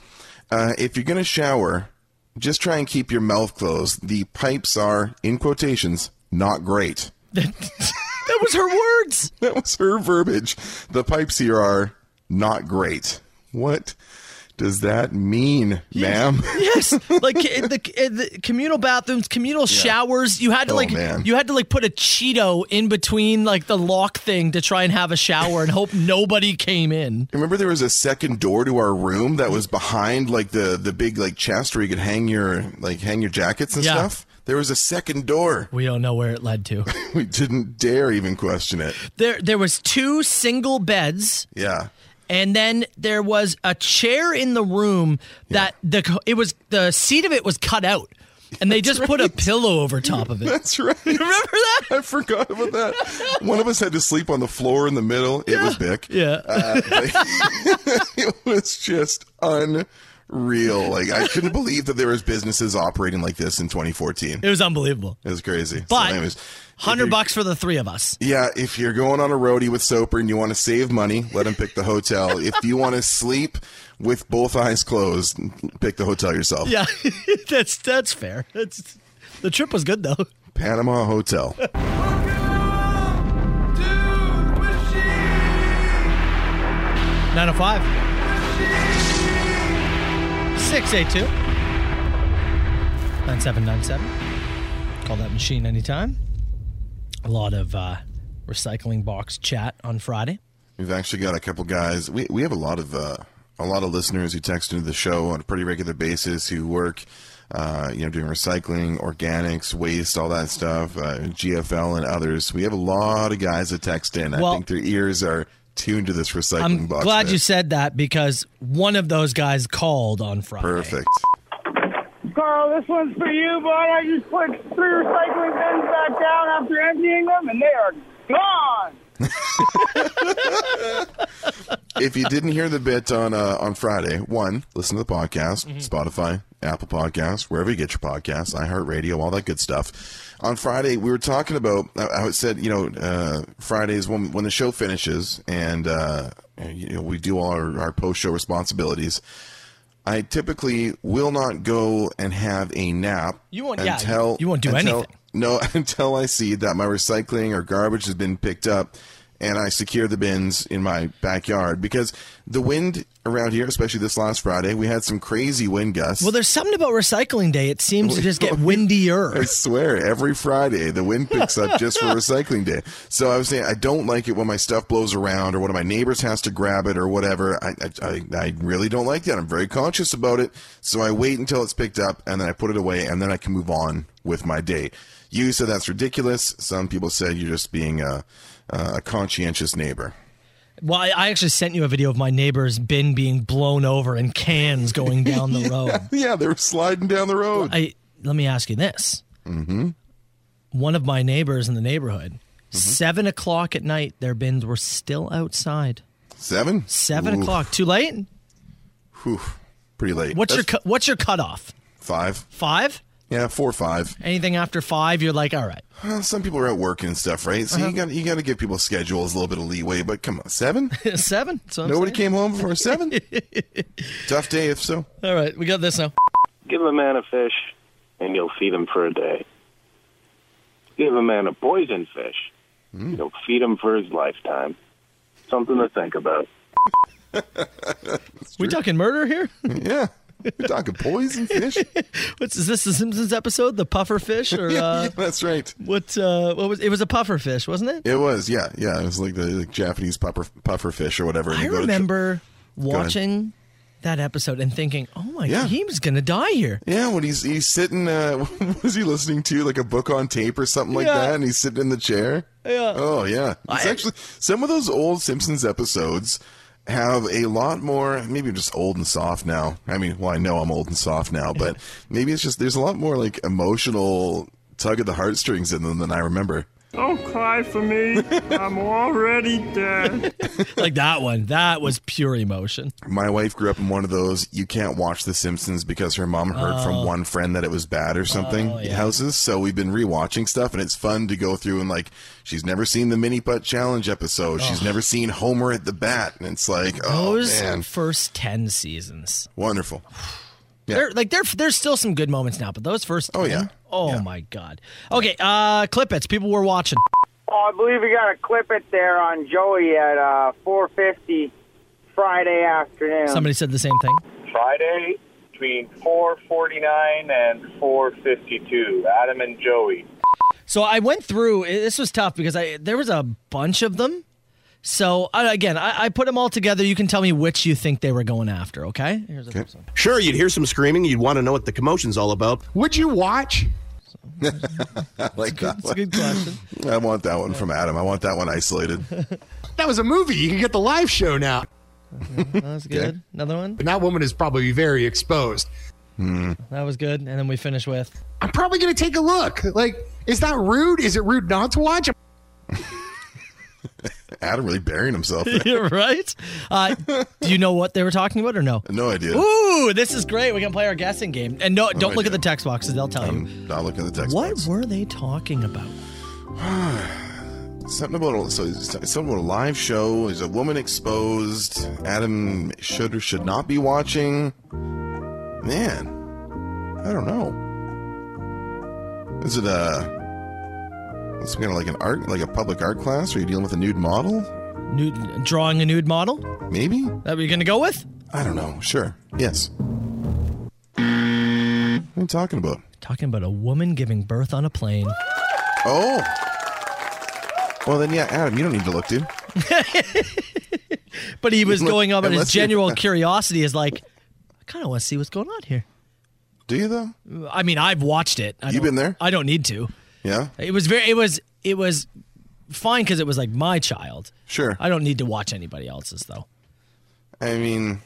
uh, "If you're gonna shower, just try and keep your mouth closed. The pipes are, in quotations, not great." that was her words. That was her verbiage. The pipes here are not great. What does that mean, ma'am? Yes, like in the, in the communal bathrooms, communal showers. You had to Oh, like man. you had to like put a Cheeto in between like the lock thing to try and have a shower and hope nobody came in. Remember there was a second door to our room that was behind like the the big like chest where you could hang your like hang your jackets and Yeah. stuff? There was a second door. We don't know where it led to. We didn't dare even question it. There there was two single beds Yeah. and then there was a chair in the room that the it was the seat of it was cut out and they just put a pillow over top of it That's right. remember that I forgot about that. One of us had to sleep on the floor in the middle. It was Bick. yeah Uh, but- it was just unreal. Like I couldn't believe that there was businesses operating like this in 2014. it was unbelievable It was crazy. So But- anyways, if 100 you're- bucks for the three of us Yeah, if you're going on a roadie with Soper and you want to save money, let him pick the hotel. if you want to sleep with both eyes closed, pick the hotel yourself. yeah that's that's fair that's the trip was good though Panama Hotel. Nine oh five. Six eight two. Nine seven nine seven. Call that machine anytime. A lot of uh, recycling box chat on Friday. We've actually got a couple guys. We we have a lot of uh, a lot of listeners who text into the show on a pretty regular basis who work, uh, you know, doing recycling, organics, waste, all that stuff. Uh, GFL and others. We have a lot of guys that text in. I Well- think their ears are tuned to this recycling I'm box. glad bit. you said that because one of those guys called on Friday. Perfect. Carl, Oh, this one's for you, bud. I just put three recycling bins back down after emptying them, and they are gone. if you didn't hear the bit on uh, on Friday, one, listen to the podcast, Mm-hmm. Spotify, Apple Podcasts, wherever you get your podcasts, iHeartRadio, all that good stuff. On Friday, we were talking about. I, I said, you know, uh, Fridays when when the show finishes and uh, you know we do all our, our post show responsibilities. I typically will not go and have a nap. You won't- yeah, until you won't do until- anything. no, until I see that my recycling or garbage has been picked up and I secure the bins in my backyard because the wind around here, especially this last Friday, we had some crazy wind gusts. Well, there's something about recycling day. It seems to just get windier. I swear, every Friday the wind picks up just for recycling day. So I was saying, I don't like it when my stuff blows around or one of my neighbors has to grab it or whatever. I, I, I, I really don't like that. I'm very conscious about it. So I wait until it's picked up and then I put it away and then I can move on with my day. You said that's ridiculous. Some people said you're just being a, a conscientious neighbor. Well, I, I actually sent you a video of my neighbor's bin being blown over and cans going down the road. Yeah, they were sliding down the road. I let me ask you this. Mm-hmm. One of my neighbors in the neighborhood, Mm-hmm. seven o'clock at night, their bins were still outside. Seven? Seven Ooh, o'clock, too late. whew, pretty late. What's your That's cu- what's your cutoff? five? Five? Yeah, four or five. Anything after five, you're like, all right. Well, some people are at work and stuff, right? So Uh-huh. you got you got to give people schedules a little bit of leeway. But come on, seven? seven. So I'm Nobody saying. came home before seven. Tough day, if so. All right, we got this now. Give a man a fish, and you'll feed him for a day. Give a man a poison fish, you'll feed him for his lifetime. Something to think about. We talking murder here? Yeah, we're talking poison fish. Uh, What's is this? The Simpsons episode, the puffer fish, or Yeah, uh, yeah, that's right. what? Uh, what was it? Was a puffer fish, wasn't it? It was, yeah, yeah. It was like the like Japanese puffer puffer fish or whatever. and I you go to tr- remember ahead. watching that episode and thinking, "Oh my, Yeah. he was gonna die here." yeah, when he's he's sitting, uh, what was he listening to? Like a book on tape or something like Yeah. that, and he's sitting in the chair. Yeah. Oh yeah. It's I- actually some of those old Simpsons episodes have a lot more maybe I'm just old and soft now. I mean, well I know I'm old and soft now, but maybe it's just there's a lot more like emotional tug at the heartstrings in them than I remember. Don't cry for me. I'm already dead. like that one. That was pure emotion. My wife grew up in one of those you can't watch The Simpsons because her mom heard Oh. from one friend that it was bad or something houses. So we've been rewatching stuff and it's fun to go through and like she's never seen the mini putt challenge episode. She's never seen Homer at the bat and it's like oh Those man. first ten seasons, Wonderful. Yeah. There- like there, there's still some good moments now, but those first. Oh, 10 yeah. Oh my god. Okay, uh, clip it. People were watching. Oh, I believe we got a clip it there on Joey at uh, 4:50 Friday afternoon. Somebody said the same thing. Friday between 4:49 and 4:52. Adam and Joey. So I went through. eh, This was tough because I there was a bunch of them. So I, again, I, I put them all together. You can tell me which you think they were going after. Okay. Here's the first one. Sure, you'd hear some screaming. You'd want to know what the commotion's all about. Would you watch? I like that That's a good question. one. I want that one from Adam. I want that one isolated. That was a movie. You can get the live show now. That was good. Another one. And that woman is probably very exposed. That was good. And then we finish with. I'm probably going to take a look. Like, is that rude? Is it rude not to watch? Adam really burying himself. there. You're right. Uh, do you know what they were talking about or no? No idea. Ooh, this is great. We can play our guessing game. And no, don't I look at do. the text boxes. They'll tell you. I'm not looking at the Um, text. What box. were they talking about? Something about a, so it's something about a live show. Is a woman exposed? Adam should or should not be watching. Man, I don't know. Is it a? It's kind of like an art, like a public art class. Are you dealing with a nude model? Nude, drawing a nude model? That Maybe. what you're going to go with? I don't know. Sure. Yes. What are you talking about? Talking about a woman giving birth on a plane. Oh. Well, then, yeah, Adam, you don't need to look, dude. But he was Look, going up, and his unless you- general curiosity is like, I kind of want to see what's going on here. Do you, though? I mean, I've watched it. I You don't- been there? I don't need to. Yeah? It was very. It was. It was fine because it was like my child. Sure. I I, don't need to watch anybody else's though. mean,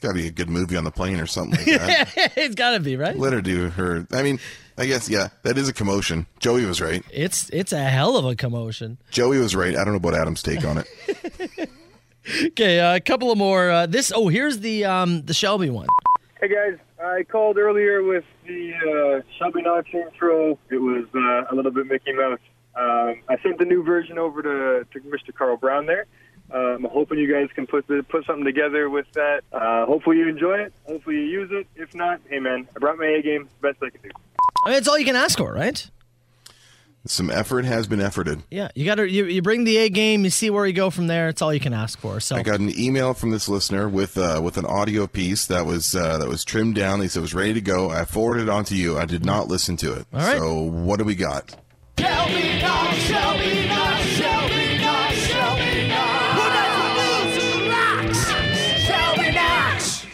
Got to be a good movie on the plane or something like that. it's got to be right. Let her do her. I mean, I guess yeah, that is a commotion. Joey was right. It's it's a hell of a commotion. Joey was right. I don't know about Adam's take on it. Okay, uh, a couple of more. Uh, this oh, here's the um, the Shelby one. Hey guys, I called earlier with the uh, Shelby Notch intro. It was uh, a little bit Mickey Mouse. Um, I sent the new version over to, to Mr. Carl Brown there. Uh, I'm hoping you guys can put the, put something together with that. Uh, hopefully you enjoy it. Hopefully you use it. If not, hey man, I brought my A game. Best I can do. I mean, it's all you can ask for, right? Some effort has been efforted. Yeah, you got to you, you bring the A game. You see where you go from there. It's all you can ask for. So I got an email from this listener with uh, with an audio piece that was uh, that was trimmed down. They said it was ready to go. I forwarded it on to you. I did not listen to it. All right. So what do we got? Shelby Knox, Shelby Knox, Shelby Knox, Shelby Knox. Who doesn't lose rocks? Shelby Knox.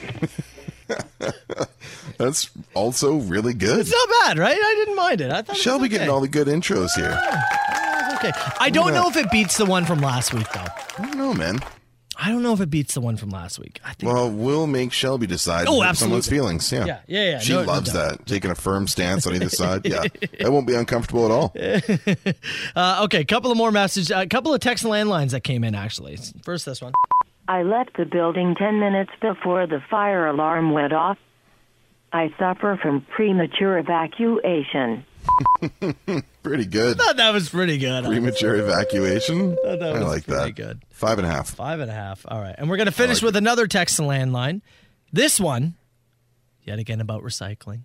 That's also really good. it's not bad, right? I didn't mind it. I thought it was Shelby okay. getting all the good intros here. It was okay. I don't know if it beats the one from last week though. I don't know, man. I don't know if it beats the one from last week. I think Well, we'll make Shelby decide Oh, someone's absolutely. feelings. Yeah. Yeah, yeah, yeah. She No- no loves that. Taking a firm stance on either side. Yeah. That won't be uncomfortable at all. Uh, okay, couple of more messages. A couple of text landlines that came in actually. First, this one. I left the building 10 minutes before the fire alarm went off. I suffer from premature evacuation. Pretty good. Thought that was pretty good. Premature evacuation. Thought that I was like that. good. Five and a half. Five and a half. All right, and we're gonna finish with another text landline. This one, yet again about recycling.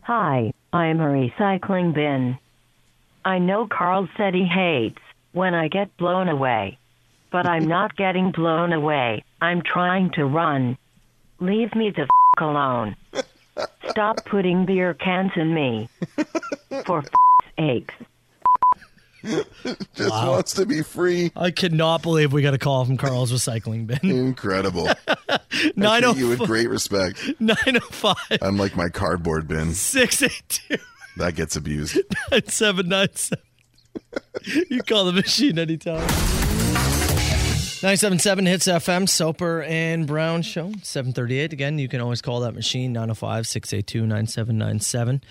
Hi, I'm a recycling bin. I know Carl said he hates when I get blown away, but I'm not getting blown away. I'm trying to run. Leave me the f- alone. Stop putting beer cans in me. For f- sakes. Just wants to be free. I cannot believe we got a call from Carl's recycling bin. Incredible. I Nine treat you oh with great respect. nine oh five I'm like my cardboard bin. six eight two That gets abused. nine seven nine seven. You call the machine anytime. 977 hits FM, Soper and Brown Show, 738. Again, you can always call that machine, 905 682 9797.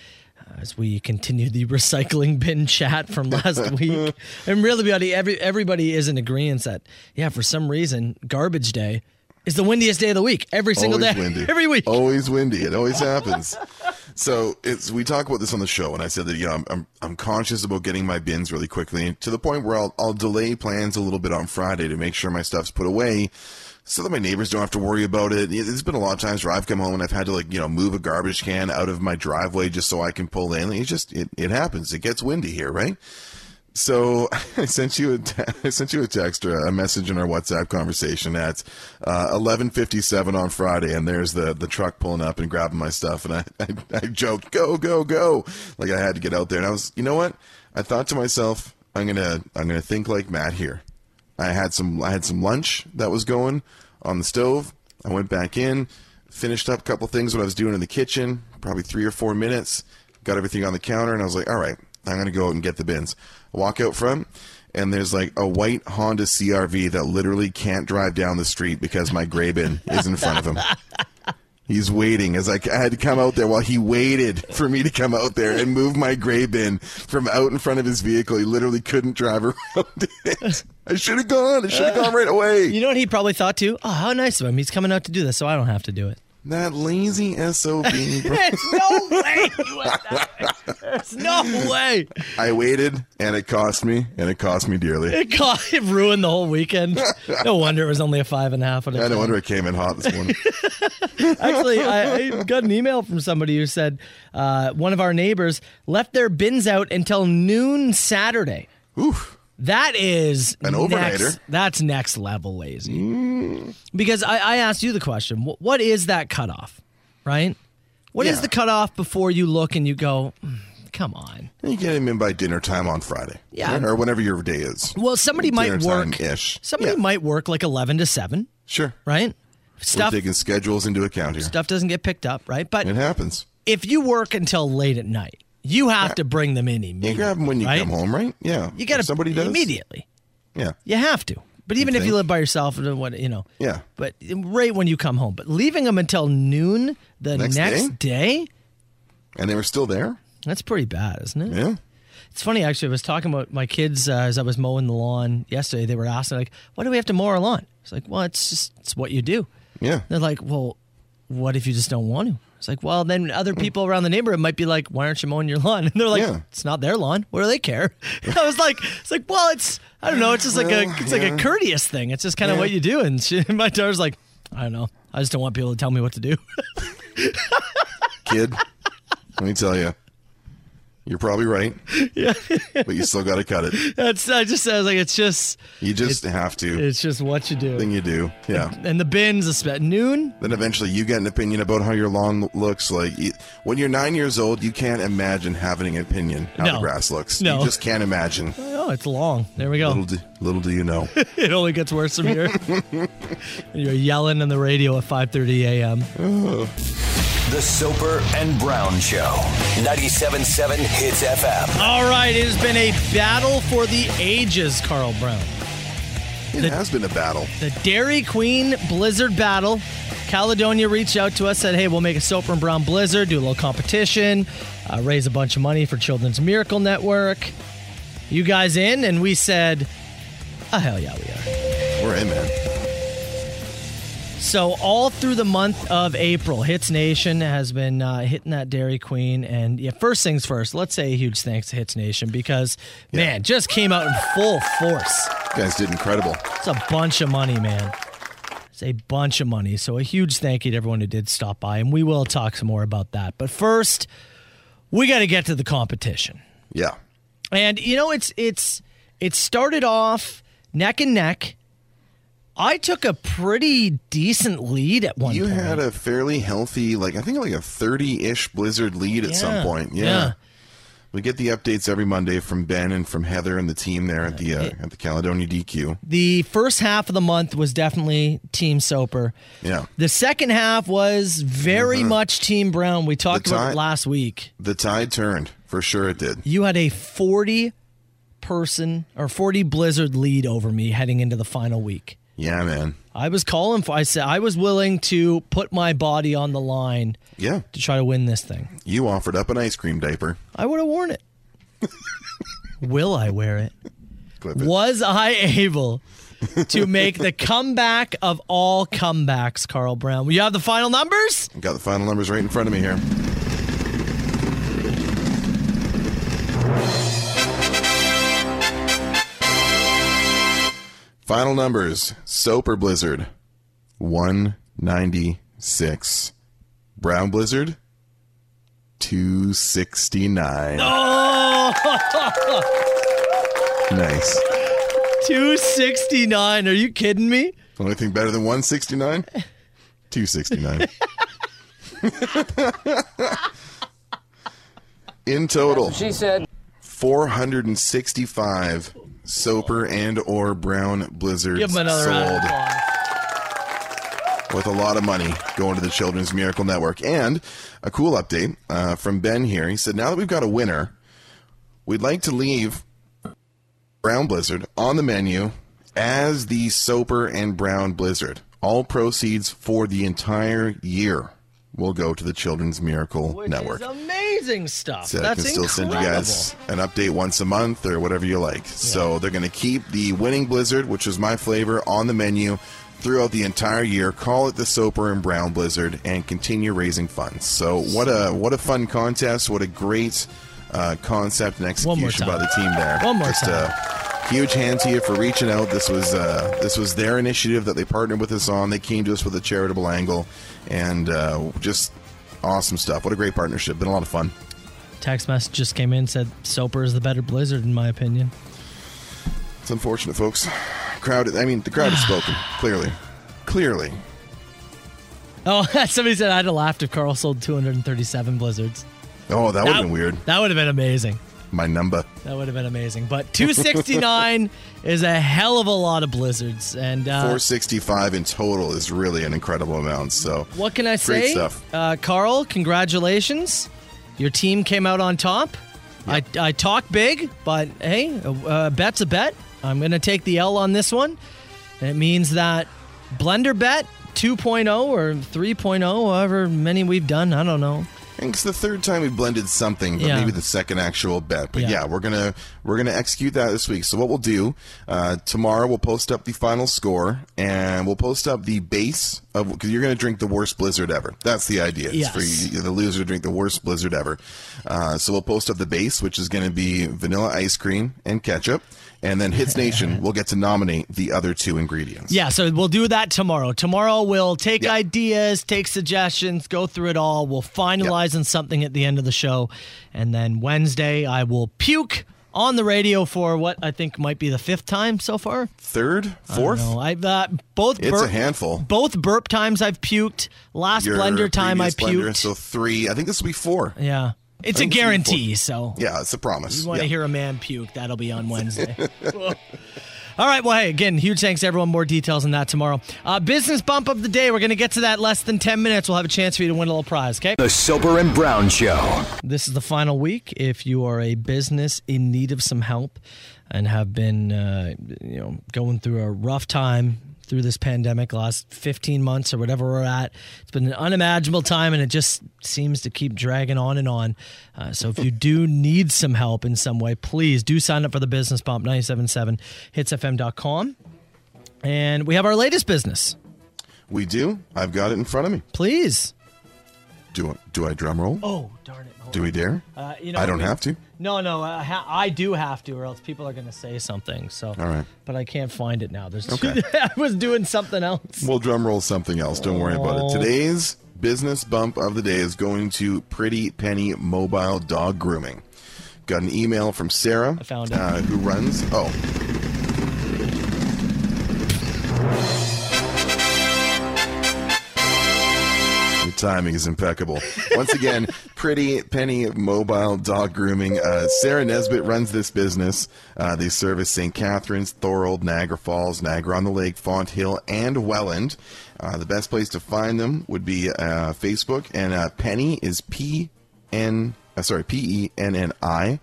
As we continue the recycling bin chat from last week, and really, everybody, every, everybody is in agreement that, yeah, for some reason, garbage day is the windiest day of the week every single always day, windy. every week. Always windy. It always happens. So it's we talk about this on the show, and I said that you know I'm, I'm I'm conscious about getting my bins really quickly to the point where I'll I'll delay plans a little bit on Friday to make sure my stuff's put away, so that my neighbors don't have to worry about it. There's been a lot of times where I've come home and I've had to like you know move a garbage can out of my driveway just so I can pull in. It's just it, it happens. It gets windy here, right? So I sent you a te- I sent you a text or a message in our WhatsApp conversation at uh, 11:57 on Friday, and there's the the truck pulling up and grabbing my stuff, and I, I I joked go go go like I had to get out there, and I was you know what I thought to myself I'm gonna I'm gonna think like Matt here. I had some I had some lunch that was going on the stove. I went back in, finished up a couple things what I was doing in the kitchen, probably three or four minutes, got everything on the counter, and I was like, all right, I'm gonna go out and get the bins. I walk out front, and there's like a white Honda CRV that literally can't drive down the street because my gray bin is in front of him. He's waiting as I, I had to come out there while he waited for me to come out there and move my gray bin from out in front of his vehicle. He literally couldn't drive around it. I should have gone. I should have gone right away. You know what he probably thought too? Oh, how nice of him. He's coming out to do this, so I don't have to do it. That lazy SOB. bro. no way. There's no way. I waited and it cost me and it cost me dearly. It, got, it ruined the whole weekend. No wonder it was only a five and a half. out of I no ten. wonder it came in hot this morning. Actually, I, I got an email from somebody who said uh, one of our neighbors left their bins out until noon Saturday. Oof. That is An next- overnighter. Mm. that's next level lazy. Because I, I asked you the question wh- what is that cutoff, right? What is Yeah. the cutoff before you look and you go, "Mm, come on? You get him in by dinner time on Friday. Yeah. Or whenever your day is. Well, somebody might Dinner work. time-ish. Somebody might work like 11 to 7, Sure. right? Stuff We're taking schedules into account here. stuff doesn't get picked up, right? But It happens. if you work until late at night, you have to bring them in You immediately. grab them when you right? come home, right? Yeah. You got to If somebody does. immediately. Yeah. You have to. But even if you live by yourself, then what you know. Yeah. But right when you come home, but leaving them until noon the Next next, day? and they were still there. That's pretty bad, isn't it? Yeah. It's funny actually. I was talking about my kids uh, as I was mowing the lawn yesterday. They were asking like, "Why do we have to mow our lawn?" It's like, "Well, it's just it's what you do." Yeah. They're like, "Well, what if you just don't want to?" It's like, "Well, then other Hmm. people around the neighborhood might be like, "Why aren't you mowing your lawn?" And they're like, "It's not their lawn. What do they care?" I was like, "It's like, well, it's I don't know. It's just like Well, a it's like yeah. a courteous thing. It's just kind of Yeah. what you do." And she, my daughter's like, "I don't know. I just don't want people to tell me what to do." Kid, let me tell you, you're probably right. Yeah. but you still got to cut it. That's I just I was like, it's just You just have to. it's just what you do. Thing you do. Yeah. And the bins is at noon. Then eventually you get an opinion about how your lawn looks. Like you- when you're nine years old, you can't imagine having an opinion how the No. grass looks. No. You just can't imagine. Oh, it's long. There we go. Little do, little do you know. it only gets worse from here. and you're yelling on the radio at 5:30 a.m. The Soper and Brown Show. 97.7 Hits FM. All right, it has been a battle for the ages, Carl Brown. It has been a battle. The Dairy Queen Blizzard battle. Caledonia reached out to us, said, "Hey, we'll make a Soper and Brown Blizzard, do a little competition, uh, raise a bunch of money for Children's Miracle Network." You guys in? And we said, "Oh hell yeah, we are." We're in, man. So all through the month of April, Hits Nation has been uh, hitting that Dairy Queen, and yeah, first things first, let's say a huge thanks to Hits Nation because man, just came out in full force. You guys did incredible. It's a bunch of money, man. It's a bunch of money. So a huge thank you to everyone who did stop by, and we will talk some more about that. But first, we got to get to the competition. Yeah. And you know, it's it's it started off neck and neck. I took a pretty decent lead at one you point. had a fairly healthy, like I think like a thirty-ish Blizzard lead at some Yeah, point. Yeah. yeah. We get the updates every Monday from Ben and from Heather and the team there at the uh, at the Caledonia DQ. The first half of the month was definitely Team Soper. Yeah. The second half was very much Team Brown. We talked about tie- it last week. The tide turned for sure. It did. You had a 40 person or 40 blizzard lead over me heading into the final week. Yeah, man. I was calling for I said I was willing to put my body on the line Yeah. to try to win this thing. You offered up an ice cream diaper. I would have worn it. Will I wear it? Clip it. Was I able to make the comeback of all comebacks, Carl Brown? Will you have the final numbers? Got the final numbers right in front of me here. Final numbers Soap or Blizzard 196. Brown Blizzard 269. Oh, Nice. 269. Are you kidding me? Only thing better than 169? 269. In total, she said 465 Soper and or Brown Blizzards Give him another round of sold applause. with a lot of money going to the Children's Miracle Network. And a cool update uh, from Ben here. He said, now that we've got a winner, we'd like to leave Brown Blizzard on the menu as the Soper and Brown Blizzard. All proceeds for the entire year will go to the Children's Miracle Which Network. is amazing stuff. So I That's can still incredible. send you guys an update once a month or whatever you like. So they're going to keep the winning blizzard, which is my flavor, on the menu throughout the entire year. Call it the Soper and Brown Blizzard and continue raising funds. So what a what a fun contest! What a great uh, concept and One more execution time. by the team there. One more Just, time. Uh, huge hand to you for reaching out. This was uh, this was their initiative that they partnered with us on. They came to us with a charitable angle, and uh, just awesome stuff. What a great partnership! Been a lot of fun. Text message just came in said Soper is the better Blizzard in my opinion. It's unfortunate, folks. Crowd. I mean, the crowd has spoken clearly. Clearly, Oh, somebody said I'd have laughed if Carl sold 237 Blizzards. Oh, that would've been weird. That would have been amazing. my number. That would have been amazing. But 269 is a hell of a lot of Blizzards. And uh, 465 in total is really an incredible amount. So, What can I say? Great stuff. Uh, Carl, congratulations. Your team came out on top. I, I uh, talk big, but hey, a, a bet's a bet. I'm going to take the L on this one. And it means that Blender Bet 2.0 or 3.0, however many we've done, I don't know. It's the third time we blended something, but Yeah. maybe the second actual bet. But yeah. we're gonna we're gonna execute that this week. So what we'll do uh, tomorrow, we'll post up the final score and we'll post up the base of because you're gonna drink the worst blizzard ever. That's the idea. It's for Yes. you, the loser to drink the worst blizzard ever. Uh, so we'll post up the base, which is gonna be vanilla ice cream and ketchup, and then Hits Nation will get to nominate the other two ingredients. Yeah, so we'll do that tomorrow. Tomorrow we'll take ideas, take suggestions, go through it all. We'll finalize on something at the end of the show. And then Wednesday I will puke on the radio for what I think might be the fifth time so far. Third, fourth. I don't know. I've uh, both It's a handful. Both burp times I've puked. Last Your blender time I previous blender, puked. So three. I think this will be four. yeah. It's I think this a will be four. guarantee, so Yeah, it's a promise. You want to Yeah. hear a man puke? That'll be on Wednesday. All right. Well, hey, again, huge thanks to everyone. More details on that tomorrow. Uh, business bump of the day. We're going to get to that in less than 10 minutes. We'll have a chance for you to win a little prize, okay? The Soper and Brown Show. This is the final week. If you are a business in need of some help and have been, uh, you know, going through a rough time through this pandemic, last 15 months or whatever we're at, it's been an unimaginable time and it just seems to keep dragging on and on. Uh, so if you do need some help in some way, please do sign up for the Business Bump 977 hitsfm.com. And we have our latest business. We do. I've got it in front of me. Please. Do do I drum roll? Oh, darn it. Do we dare? Uh, you know, I don't we- have to. No, no, I, ha- I do have to, or else people are going to say something. So, All right. but I can't find it now. There's Okay. I was doing something else. We'll drum roll something else. Don't worry about Oh. it. Today's business bump of the day is going to Pretty Penny Mobile Dog Grooming. Got an email from Sarah, I found it. Uh, who runs. Oh, Your timing is impeccable. Once again, Pretty Penny Mobile Dog Grooming. Uh, Sarah Nesbitt runs this business. Uh, they service St. Catharines, Thorold, Niagara Falls, Niagara on the Lake, Font Hill, and Welland. Uh, the best place to find them would be uh, Facebook, and uh, Penny is P N. Uh, sorry, P E N N I.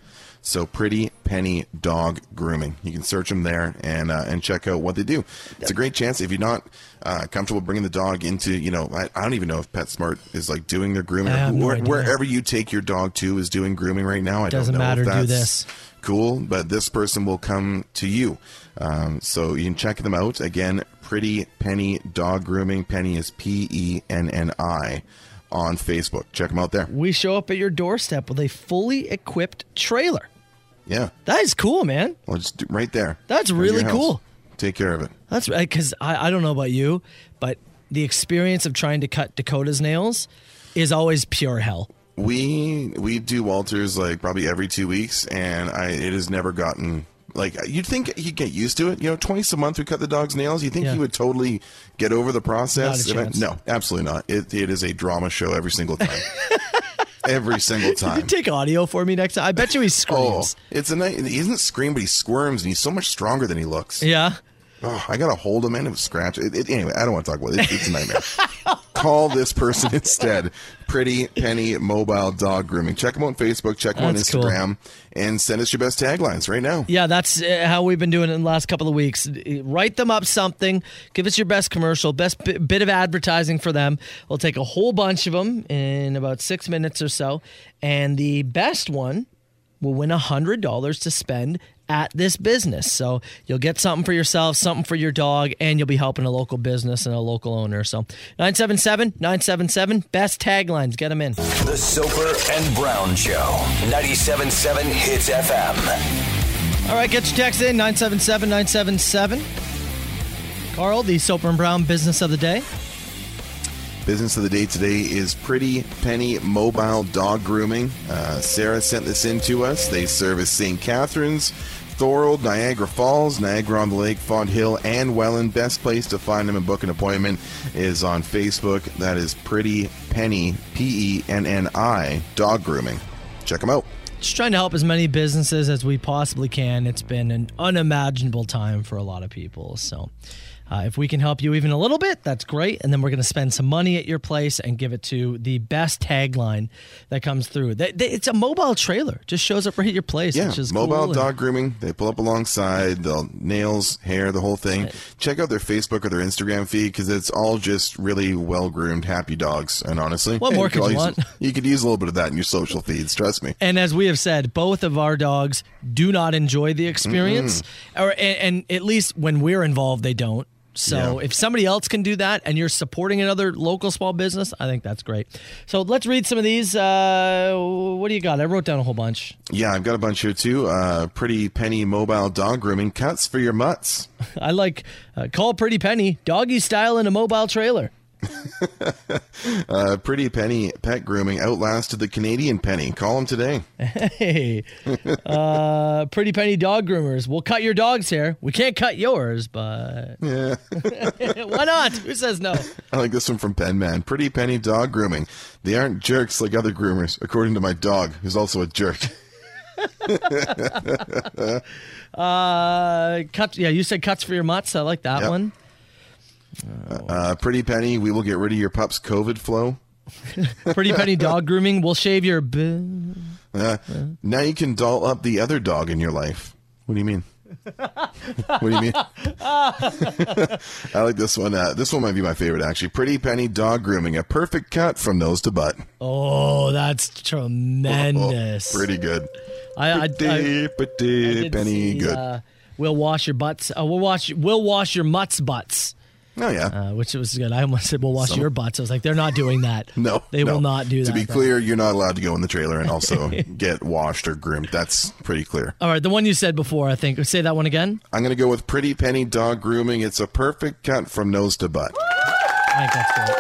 So pretty penny dog grooming. You can search them there and uh, and check out what they do. It's a great chance if you're not uh, comfortable bringing the dog into you know I, I don't even know if PetSmart is like doing their grooming. I have no Where- idea. wherever you take your dog to is doing grooming right now. I Doesn't don't know matter, if do that's this. cool, but this person will come to you. Um, so you can check them out again. Pretty Penny Dog Grooming. Penny is P E N N I on Facebook. Check them out there. We show up at your doorstep with a fully equipped trailer. Yeah. That is cool, man. Well, just do, right there. That's Right at really your house. cool. Take care of it. That's right. Because I, I don't know about you, but the experience of trying to cut Dakota's nails is always pure hell. We we do Walters like probably every two weeks, and I it has never gotten like you'd think he'd get used to it. You know, twice a month we cut the dog's nails. You think Yeah. he would totally get over the process? Not a If I- chance. no, absolutely not. It it is a drama show every single time. every single Did you time. take audio for me next time? I bet you Oh. he screams. It's a night. He doesn't scream, but he squirms, and he's so much stronger than he looks. Yeah. Oh, I gotta hold him in and scratch. It, it, anyway, I don't want to talk about it. It's- It's a nightmare. Call this person instead. Pretty Penny Mobile Dog Grooming. Check them on Facebook. Check them on That's cool. Instagram, and send us your best taglines right now. Yeah, that's uh, how we've been doing it in the last couple of weeks. Uh, Write them up something. Give us your best commercial, best bi- bit of advertising for them. We'll take a whole bunch of them in about six minutes or so. And the best one will win $100 to spend at this business. So you'll get something for yourself, something for your dog, and you'll be helping a local business and a local owner. So 977 977, best taglines. Get them in. The Soper and Brown Show. 97.7 Hits FM. All right, get your text in 977 977. Carl, the Soper and Brown business of the day. Business of the day today is Pretty Penny Mobile Dog Grooming. Uh, Sarah sent this in to us. They service St. Catharines, Thorold, Niagara Falls, Niagara on the Lake, Fond Hill, and Welland. Best place to find them and book an appointment is on Facebook. That is Pretty Penny, P E N N I, Dog Grooming. Check them out. Just trying to help as many businesses as we possibly can. It's been an unimaginable time for a lot of people. So Uh, if we can help you even a little bit, that's great. And then we're going to spend some money at your place and give it to the best tagline that comes through. They, they- it's a mobile trailer, just shows up right at your place. Yeah, which is mobile cool and- dog grooming. They pull up alongside the nails, hair, the whole thing. Check out their Facebook or their Instagram feed because it's all just really well groomed, happy dogs. And honestly, What more could all you use- You could use a little bit of that in your social feeds. Trust me. And as we have said, both of our dogs do not enjoy the experience, or and, and at least when we're involved, they don't. So Yeah. if somebody else can do that, and you're supporting another local small business, I think that's great. So let's read some of these. Uh, what do you got? I wrote down a whole bunch. Yeah, I've got a bunch here too. Uh, Pretty Penny Mobile Dog Grooming cuts for your mutts. I like uh, call Pretty Penny doggy style in a mobile trailer. Uh, Pretty Penny Pet Grooming outlasted the Canadian Penny. Call them today. Hey, uh, Pretty Penny dog groomers. We'll cut your dog's hair. We can't cut yours, but yeah. why not? Who says no? I like this one from Penman. Pretty Penny Dog Grooming. They aren't jerks like other groomers, according to my dog, who's also a jerk. Uh, cut. Yeah, you said cuts for your mutts. I like that one. Uh, Pretty Penny, we will get rid of your pup's COVID flow. Pretty Penny dog grooming. We'll shave your. B- Uh, now you can doll up the other dog in your life. What do you mean? what do you mean? I like this one. Uh, this one might be my favorite, actually. Pretty Penny Dog Grooming, a perfect cut from nose to butt. Oh, oh, that's tremendous. Pretty good. I, I, I, Pretty, pretty Penny, see, good. uh, we'll wash your butts. Uh, we'll wash. We'll wash your mutts butts. Oh yeah, uh, which was good. I almost said we'll wash Some- your butts. I was like, they're not doing that. no, they no. will not do that. To be though. clear, you're not allowed to go in the trailer and also get washed or groomed. That's pretty clear. All right, the one you said before. I think. Say that one again. I'm gonna go with Pretty Penny Dog Grooming. It's a perfect cut from nose to butt. I think that's good.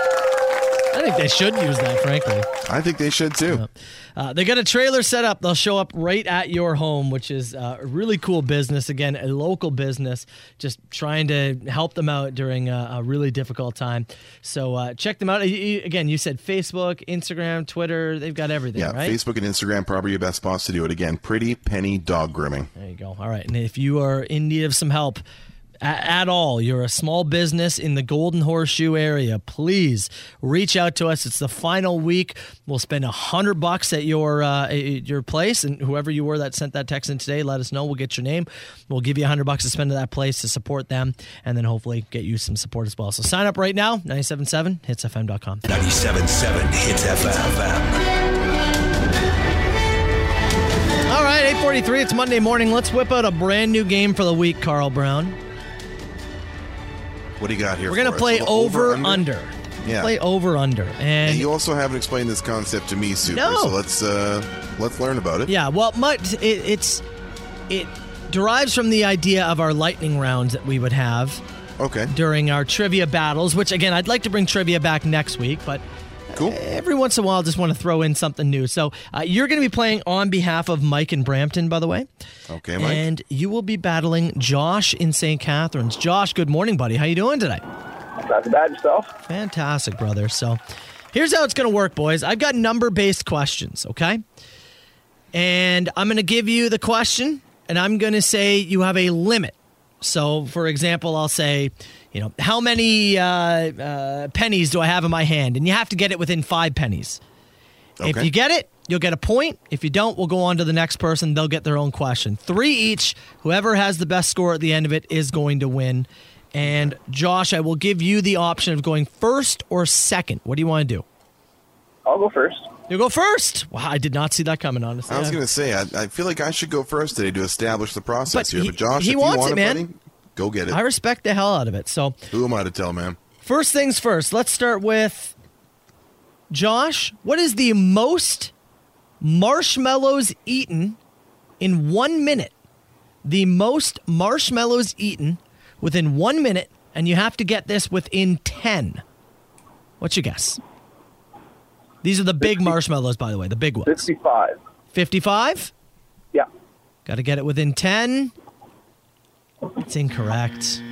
I think they should use that, frankly. I think they should too. Uh, they got a trailer set up. They'll show up right at your home, which is uh, a really cool business. Again, a local business, just trying to help them out during a, a really difficult time. So uh, check them out. Y- y- Again, you said Facebook, Instagram, Twitter. They've got everything, Yeah, right? Facebook and Instagram probably your best spots to do it. Again, Pretty Penny Dog Grooming. There you go. All right. And if you are in need of some help a- at all, you're a small business in the Golden Horseshoe area, please reach out to us. It's the final week. We'll spend a hundred bucks at your uh, at your place, and whoever you were that sent that text in today, let us know. We'll get your name. We'll give you a hundred bucks to spend at that place to support them, and then hopefully get you some support as well. So sign up right now, 977 hitsfm.com. 97.7 Hits FM. All right, 843. It's Monday morning. Let's whip out a brand new game for the week, Carl Brown. What do you got here? We're gonna for us? play A little over under. Yeah. Play over under, and, And you also haven't explained this concept to me, Super. No. So let's uh, let's learn about it. yeah, well, much it, it's it derives from the idea of our lightning rounds that we would have. Okay. During our trivia battles, which again I'd like to bring trivia back next week, but cool. Every once in a while, I just want to throw in something new. So uh, you're going to be playing on behalf of Mike and Brampton, by the way. Okay, Mike. And you will be battling Josh in St. Catharines. Josh, good morning, buddy. How you doing today? Not too bad yourself. Fantastic, brother. So here's how it's going to work, boys. I've got number based questions, okay? And I'm going to give you the question, and I'm going to say you have a limit. So, for example, I'll say, you know, how many uh, uh, pennies do I have in my hand? And you have to get it within five pennies. If Okay. you get it, you'll get a point. If you don't, we'll go on to the next person. They'll get their own question. Three each. Whoever has the best score at the end of it is going to win. And Josh, I will give you the option of going first or second. What do you want to do? I'll go first. You go first. Wow, I did not see that coming. Honestly, I was I- going to say, I, I feel like I should go first today to establish the process But here. he- But Josh, he if wants you want it, man. buddy, go get it. I respect the hell out of it. So, Who am I to tell, man? first things first. Let's start with Josh. What is the most marshmallows eaten in one minute? The most marshmallows eaten within one minute, and you have to get this within ten. What's your guess? These are the big marshmallows, by the way, the big ones. Fifty-five. Fifty-five. Yeah. Got to get it within 10. It's incorrect.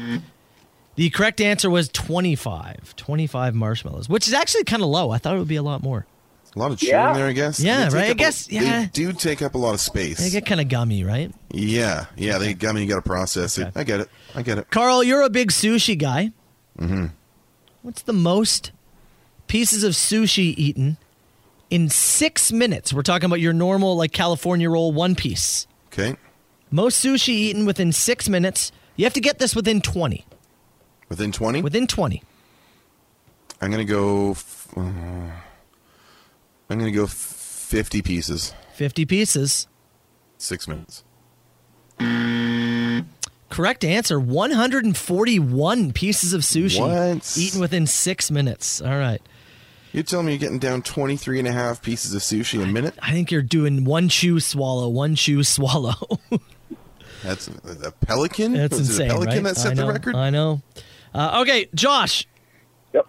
The correct answer was 25. 25 marshmallows, which is actually kind of low. I thought it would be a lot more. A lot of chewing Yeah. there, I guess. Yeah, They take right, up I a- guess, they yeah. do take up a lot of space. They get kind of gummy, right? Yeah, yeah. They got I mean, You got to process it. I get it. I get it. Carl, you're a big sushi guy. hmm What's the most pieces of sushi eaten in six minutes? We're talking about your normal, like California roll, one piece. Okay. Most sushi eaten within six minutes. You have to get this within 20. Within twenty. Within 20. I'm gonna go. F- uh, I'm gonna go fifty pieces. 50 pieces. Six minutes. Correct answer 141 pieces of sushi What? eaten within six minutes. All right. You're telling me you're getting down 23 and a half pieces of sushi a minute? I think you're doing one chew swallow, one chew swallow. That's a, a pelican. That's Was insane. It a pelican right? that I set the know, record. I know. Uh, okay, Josh. Yep.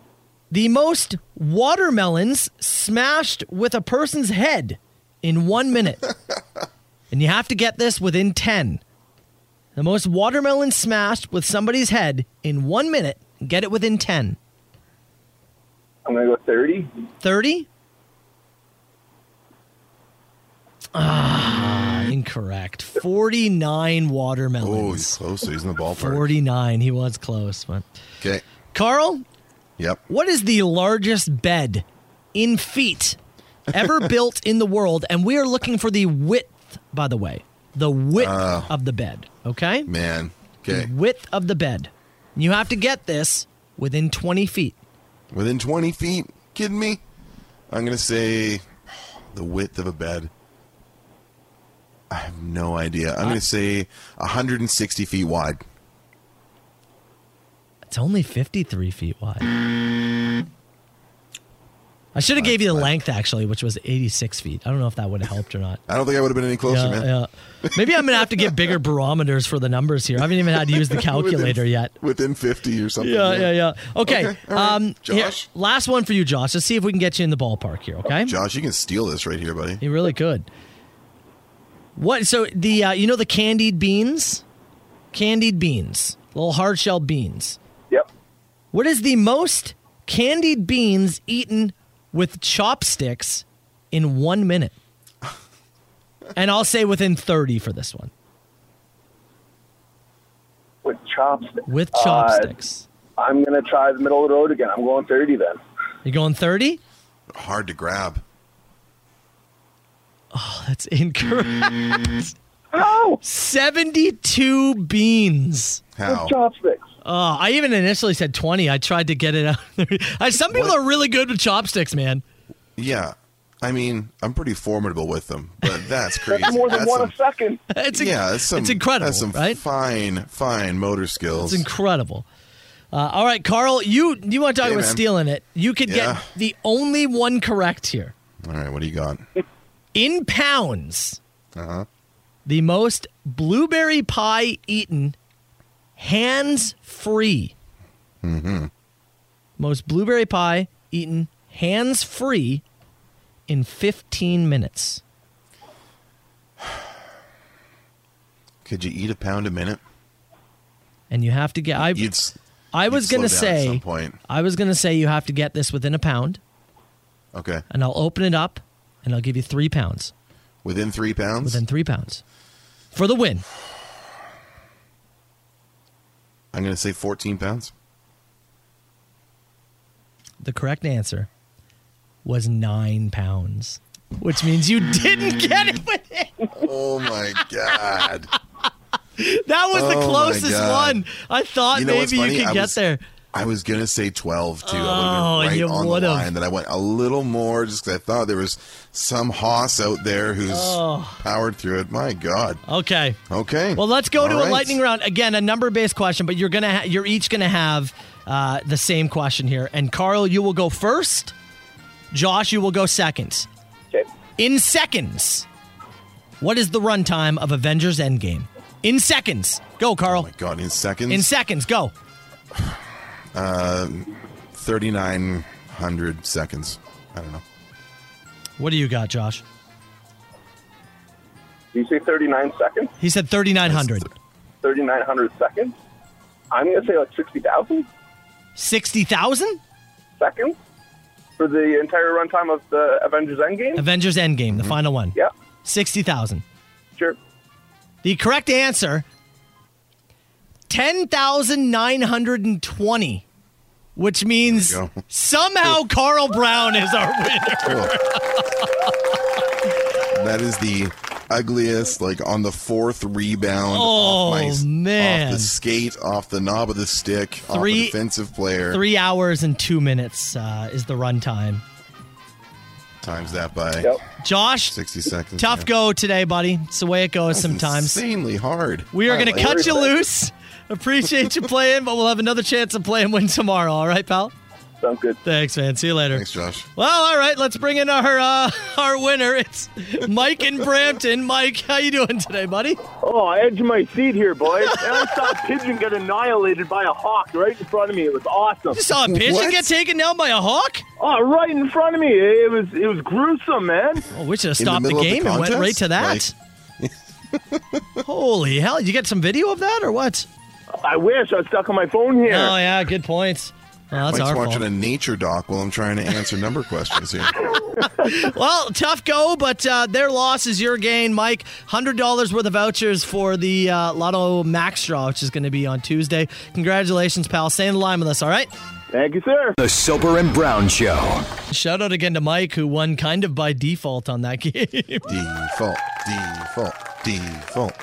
The most watermelons smashed with a person's head in one minute. and you have to get this within 10. The most watermelon smashed with somebody's head in one minute. Get it within 10. I'm going to go 30. 30? Ah, incorrect. 49 watermelons. Oh, he's close. So he's in the ballpark. 49. He was close, but Okay. Carl? Yep. What is the largest bed in feet ever built in the world? And we are looking for the width, by the way. The width of the bed. Okay? Man. The Okay. width of the bed. You have to get this within 20 feet. Within 20 feet. Kidding me? I'm gonna say the width of a bed. I have no idea. I'm gonna say 160 feet wide. It's only 53 feet wide. I should have gave you the length actually, which was 86 feet. I don't know if that would have helped or not. I don't think I would have been any closer, yeah, man. yeah. Maybe I'm gonna have to get bigger barometers for the numbers here. I haven't even had to use the calculator within, yet. Within 50 or something. Yeah, yeah, yeah. Okay. Okay, um, here, Josh? last one for you, Josh. Let's see if we can get you in the ballpark here. Okay. Josh, you can steal this right here, buddy. You really could. What? So the uh, you know the candied beans, candied beans, little hard shell beans. Yep. What is the most candied beans eaten with chopsticks in one minute? and I'll say within thirty for this one. With chopsticks. With Uh, chopsticks. I'm going to try the middle of the road again. I'm going 30 then. You going thirty? Hard to grab. Oh, that's incorrect. Oh, 72 beans. How? With chopsticks. Oh, I even initially said 20. I tried to get it out. I, some people are really good with chopsticks, man. Yeah. I mean, I'm pretty formidable with them, but that's crazy. That's more than That's one some- a second. It's inc- yeah, that's some, it's incredible, That's some right? fine, fine motor skills. It's incredible. Uh, all right, Carl, you you want to talk Hey, about man. stealing it? You could Yeah. get the only one correct here. All right, what do you got? In pounds, Uh huh. the most blueberry pie eaten hands free. Mm-hmm. Most blueberry pie eaten hands free in 15 minutes. Could you eat a pound a minute? And you have to get. I, You'd, s- I was you'd gonna slow down at say. some point. I was gonna say you have to get this within a pound, Okay, and I'll open it up, and I'll give you three pounds within three pounds. within three pounds for the win. I'm gonna say 14 pounds. The correct answer was nine pounds, which means you didn't get it. oh my god! That was Oh the my closest God. one. I thought You know what's maybe you funny? could I get was- there. I was gonna say 12 too. I Oh, would have been right you on would've. the line that I went a little more just because I thought there was some hoss out there who's Oh. powered through it. My god. Okay. Okay. Well, let's go All to a right. lightning round again, a number-based question, but you're gonna ha- you're each gonna have uh, the same question here. And Carl, you will go first. Josh, you will go second. Okay. In seconds, what is the runtime of Avengers Endgame? In seconds, go, Carl. Oh, God, in seconds. in seconds, go. Uh, 3,900 seconds. I don't know. What do you got, Josh? Did you say 39 seconds? He said 3,900. 3,900 seconds? I'm going to say like 60,000 60,000? seconds. for the entire runtime of the Avengers Endgame? Avengers Endgame, the final one. Yeah. 60,000. Sure. The correct answer 10,920, which means somehow Carl Brown is our winner. That is the ugliest, like on the fourth rebound. Oh, off my, man. Off the skate, off the knob of the stick, off Three- a defensive player. Three hours and two minutes uh, is the runtime. Times that by Josh, 60 seconds. Tough yeah. go today, buddy. It's the way it goes sometimes. Insanely hard. We are I going to like cut it. you loose. Appreciate you playing, but we'll have another chance to play and win tomorrow. All right, pal. Sounds good. Thanks, man. See you later. Thanks, Josh. Well, all right. Let's bring in our uh, our winner. It's Mike in Brampton. Mike, how you doing today, buddy? Oh, I edged my seat here, boys. and I saw a pigeon get annihilated by a hawk right in front of me. It was awesome. You saw a pigeon What? get taken down by a hawk? Oh, right in front of me. It was it was gruesome, man. Oh, we should have stopped the, game and went right to that. Holy hell! You get some video of that or what? I wish I was stuck on my phone here. Oh yeah, good points. Well, that's Mike's our watching fault. a nature doc while I'm trying to answer number questions here. well, tough go, but uh, their loss is your gain, Mike. Hundred dollars worth of vouchers for the uh, Lotto Max Draw, which is going to be on Tuesday. Congratulations, pal. Stay in the line with us. All right. Thank you, sir. The Soper and Brown Show. Shout out again to Mike, who won kind of by default on that game. default, default, default.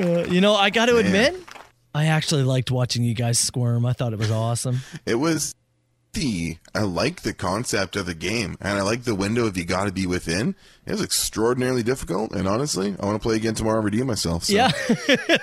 Uh, you know, I got to Man. admit, I actually liked watching you guys squirm. I thought it was awesome. It was the I like the concept of the game, and I like the window of you got to be within. It was extraordinarily difficult, and honestly, I want to play again tomorrow and redeem myself. So. Yeah.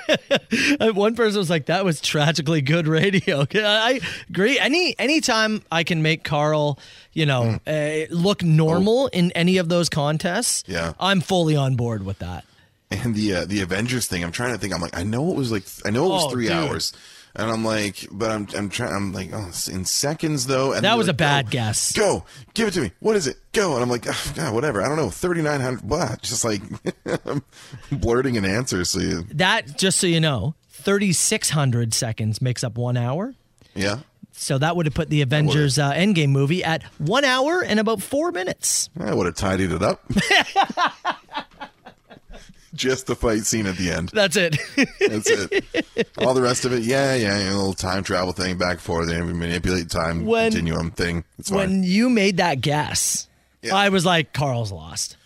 Uh, One person was like, "That was tragically good radio." I I agree. Any anytime I can make Carl, you Mm. know, uh, look normal in any of those contests, Oh. Yeah. I'm fully on board with that. and the uh, the Avengers thing. I'm trying to think. I'm like, I know it was like, I know it was Oh, three dude. hours, and I'm like, but I'm I'm trying. I'm like, oh, it's in seconds though. And That they're was a like, bad "Go, guess. Go, give it to me. What is it? Go, and I'm like, oh, God, whatever. I don't know. Thirty nine hundred. Blah. Just like I'm blurting an answer. So you, That just so you know, 3600 seconds makes up 1 hour. yeah, So that would have put the Avengers uh, Endgame movie at 1 hour and about 4 minutes. I would have tidied it up. Just the fight scene at the end. That's it. That's it. All the rest of it, yeah, yeah, yeah, a little time travel thing back and forth, and manipulate time When- continuum thing. It's fine. when you made that guess, I was like, Carl's lost.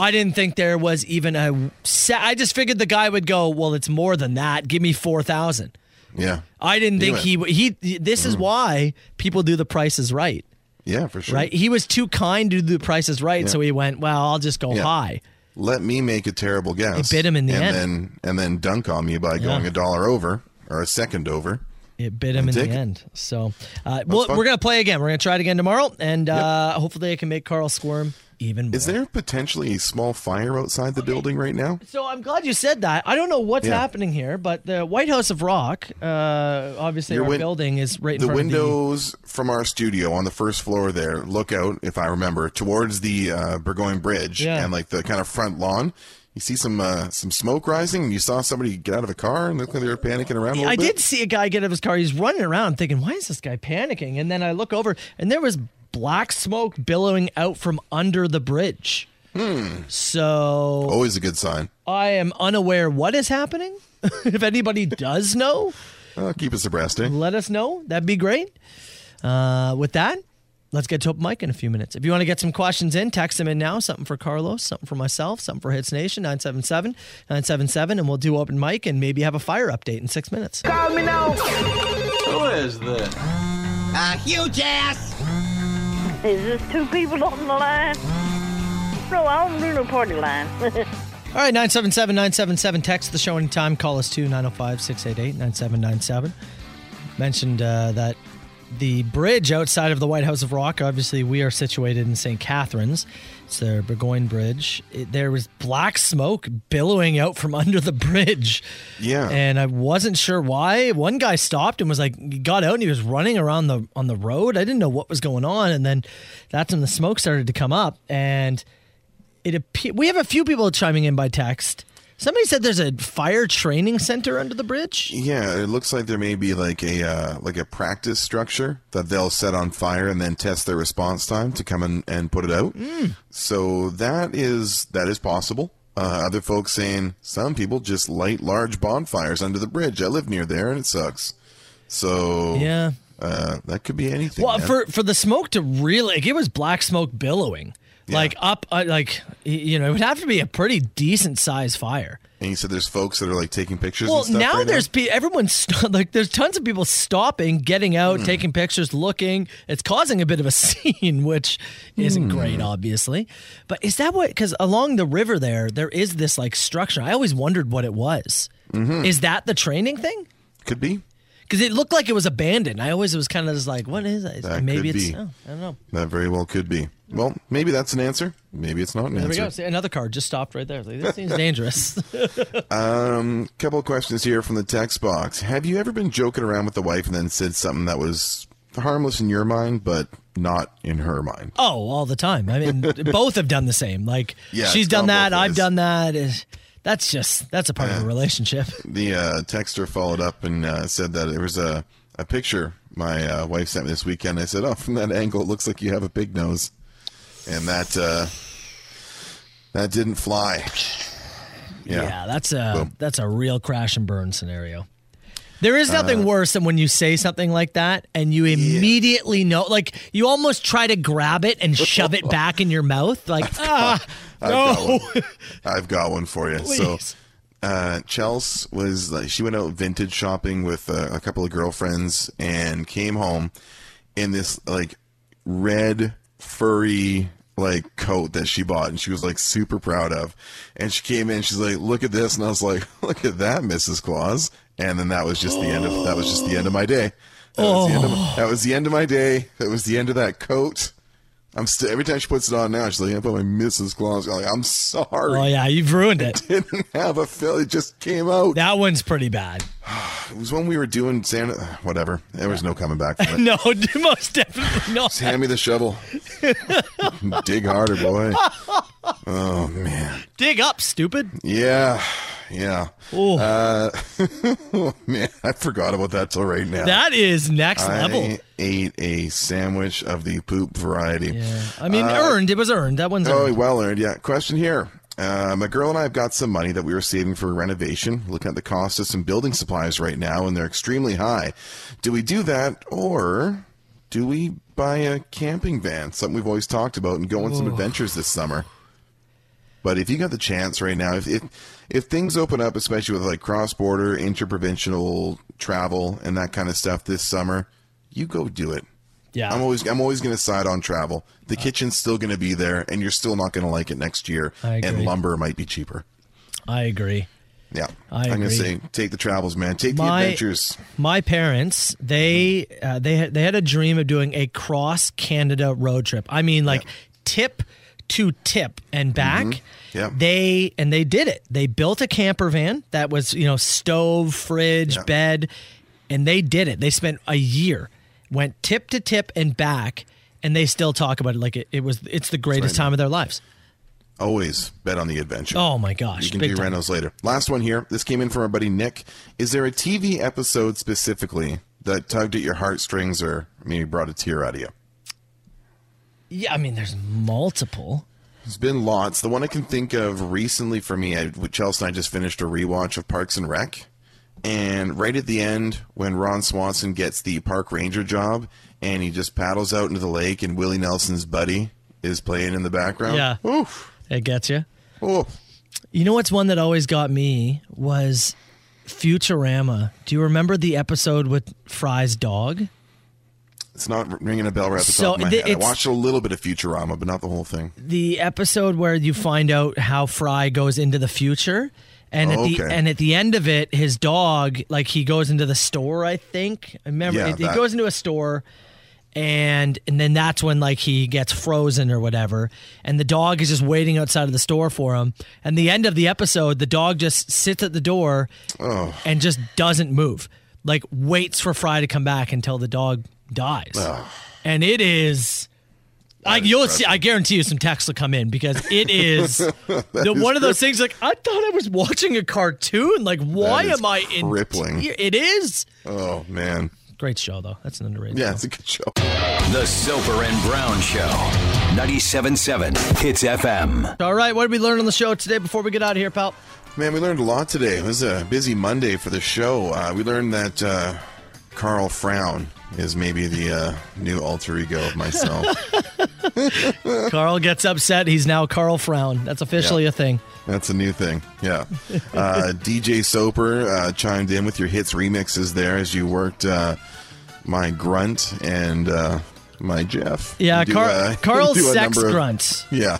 I didn't think there was even a. Se- I just figured the guy would go, well, it's more than that. Give me 4,000. Yeah. I didn't He think went- he, w- he, this is why people do the prices right, Yeah, for sure. right? He was too kind to do the prices right. Yeah. So he went, well, I'll just go Yeah. high. Let me make a terrible guess. It bit him in the and end. Then, and then dunk on me by going a dollar over or a second over. It bit him in I'll the take it. end. So uh, we'll, fun. we're going to play again. We're going to try it again tomorrow. And uh, hopefully I can make Carl squirm even more. Is there potentially a small fire outside the building right now? So I'm glad you said that. I don't know what's Yeah. happening here, but the White House of Rock, uh, obviously Your our win- building is right in the front of windows from our studio on the first floor there look out, if I remember, towards the uh, Burgoyne Bridge Yeah. and like the kind of front lawn. You see some uh, some smoke rising, and you saw somebody get out of a car and look like they were panicking around. a the. little I bit. did see a guy get out of his car. He's running around thinking, "Why is this guy panicking?" And then I look over, and there was black smoke billowing out from under the bridge. Hmm. So Always a good sign. I am unaware what is happening. if anybody does know, Uh, keep us abreast, eh? let us know. That'd be great. Uh, with that, let's get to open mic in a few minutes. If you want to get some questions in, text them in now. Something for Carlos, something for myself, something for Hits Nation, 977 977. And we'll do open mic and maybe have a fire update in six minutes. Call me now. Who is this? A huge ass. Is this two people on the line? No, I don't do no party line. All right, 977 977. Text the show anytime. Call us too, 905 688 9797. Mentioned uh, that the bridge outside of the White House of Rock, obviously, we are situated in St. Catharines. It's the Burgoyne Bridge. It, there was black smoke billowing out from under the bridge. Yeah. And I wasn't sure why. One guy stopped and was like, he got out and he was running around the on the road. I didn't know what was going on. And then that's when the smoke started to come up. And it appe- we have a few people chiming in by text Somebody said there's a fire training center under the bridge. Yeah, it looks like there may be like a uh, like a practice structure that they'll set on fire and then test their response time to come in and put it out. Mm. So that is that is possible. Uh, other folks saying some people just light large bonfires under the bridge. I live near there and it sucks. So Yeah. uh, that could be anything. Well, man. for for the smoke to really, like, it was black smoke billowing, like up, uh, like y- you know, it would have to be a pretty decent sized fire. and you said there's folks that are like taking pictures. Well, and stuff now right there's pe- everyone's st- like there's tons of people stopping, getting out, Hmm. taking pictures, looking. It's causing a bit of a scene, which Hmm. isn't great, obviously. But is that what? Because along the river there, there is this like structure. I always wondered what it was. Mm-hmm. Is that the training thing? Could be. Because it looked like it was abandoned. I always was kind of just like, what is that? That Maybe could it's be. oh, I don't know. That very well could be. Well, maybe that's an answer. Maybe it's not an There we answer. go. See, another car just stopped right there. Like, this seems dangerous. Um, couple of questions here from the text box. Have you ever been joking around with the wife and then said something that was harmless in your mind, but not in her mind? Oh, all the time. I mean, both have done the same. Like Yeah, she's it's gone done that, both I've ways. done that. Is- That's just that's a part of a relationship. The uh, texter followed up and uh, said that there was a, a picture my uh, wife sent me this weekend. I said, "Oh, from that angle, it looks like you have a big nose," and that uh, that didn't fly. Yeah. that's a Boom. that's a real crash and burn scenario. There is nothing Uh, worse than when you say something like that and you immediately know, like you almost try to grab it and shove it back in your mouth, like ah, I've no. got one. I've got one for you. Please. So, uh, Chels was like, she went out vintage shopping with uh, a couple of girlfriends and came home in this like red furry like coat that she bought and she was like super proud of. And she came in, she's like, "Look at this," and I was like, "Look at that, Mrs. Claus." And then that was just the end of that was just the end of my day. That, was, the end of my, that was the end of my day. That was the end of that coat. I'm still every time she puts it on now, she's like, "I put my Mrs. Claus." I'm like, "I'm sorry." Oh yeah, you've ruined it. didn't have a fill. It just came out. That one's pretty bad. It was when we were doing Santa. Whatever. There was no coming back from it. no, most definitely not. Hand me the shovel. Dig harder, boy. Oh man. Dig up, stupid. Yeah. Yeah. Uh, oh man, I forgot about that till right now. That is next I level. Ate a sandwich of the poop variety. Yeah. I mean, earned. It was earned. That one's Uh, Oh, earned. well earned. Yeah. Question here. Uh, my girl and I have got some money that we were saving for renovation. Looking at the cost of some building supplies right now, and they're extremely high. Do we do that, or do we buy a camping van? Something we've always talked about, and go on some Ooh. adventures this summer. But if you got the chance right now, if if, if things open up, especially with like cross border, interprovincial travel and that kind of stuff this summer, you go do it. Yeah. I'm always I'm always going to side on travel. The kitchen's still going to be there, and you're still not going to like it next year. I agree. And lumber might be cheaper. I agree. Yeah, I am agree. to say take the travels, man. Take the My- adventures. My parents, they Mm-hmm. uh, they had, they had a dream of doing a cross Canada road trip. I mean, like tip to tip and back. Mm-hmm. Yeah. They and they did it. They built a camper van that was you know stove, fridge, bed, and they did it. They spent a year, went tip to tip and back, and they still talk about it like it, it was it's the greatest time of their lives. Always bet on the adventure. Oh my gosh, You can big do time. renos later. Last one here. This came in from our buddy Nick. Is there a TV episode specifically that tugged at your heartstrings or maybe brought a tear out of you? Yeah, I mean, there's multiple. There's been lots. The one I can think of recently for me, I, Chelsea and I just finished a rewatch of Parks and Rec. And right at the end, when Ron Swanson gets the park ranger job and he just paddles out into the lake and Willie Nelson's buddy is playing in the background. Yeah. Oof. It gets you. You know what's one that always got me was Futurama. Do you remember the episode with Fry's dog? It's not ringing a bell right off the So top of my the- head. I it's- watched a little bit of Futurama, but not the whole thing. The episode where you find out how Fry goes into the future. And at the Okay. and at the end of it, his dog, like he goes into the store, I think. I remember Yeah, it- he that- goes into a store and and then that's when like he gets frozen or whatever and the dog is just waiting outside of the store for him and the end of the episode the dog just sits at the door and just doesn't move like waits for fry to come back until the dog dies and it is I, you'll see. I guarantee you, some texts will come in because it is the, is one of those crippling. things. Like I thought I was watching a cartoon. Like why is am I in? crippling. te- It is Oh man. great show though. That's an underrated. Yeah, show. it's a good show. The Soper and Brown Show. 97.7 Hits FM. All right, what did we learn on the show today? Before we get out of here, pal. Man, we learned a lot today. It was a busy Monday for the show. Uh, we learned that uh, Carl Frown is maybe the uh, new alter ego of myself. Carl gets upset. He's now Carl Frown. That's officially Yeah. a thing. That's a new thing. Yeah. Uh, DJ Soper uh, chimed in with your hits remixes there as you worked uh, my grunt and uh, my Jeff. Yeah, You do, Car- uh, Carl's do a sex number of- grunt. Yeah.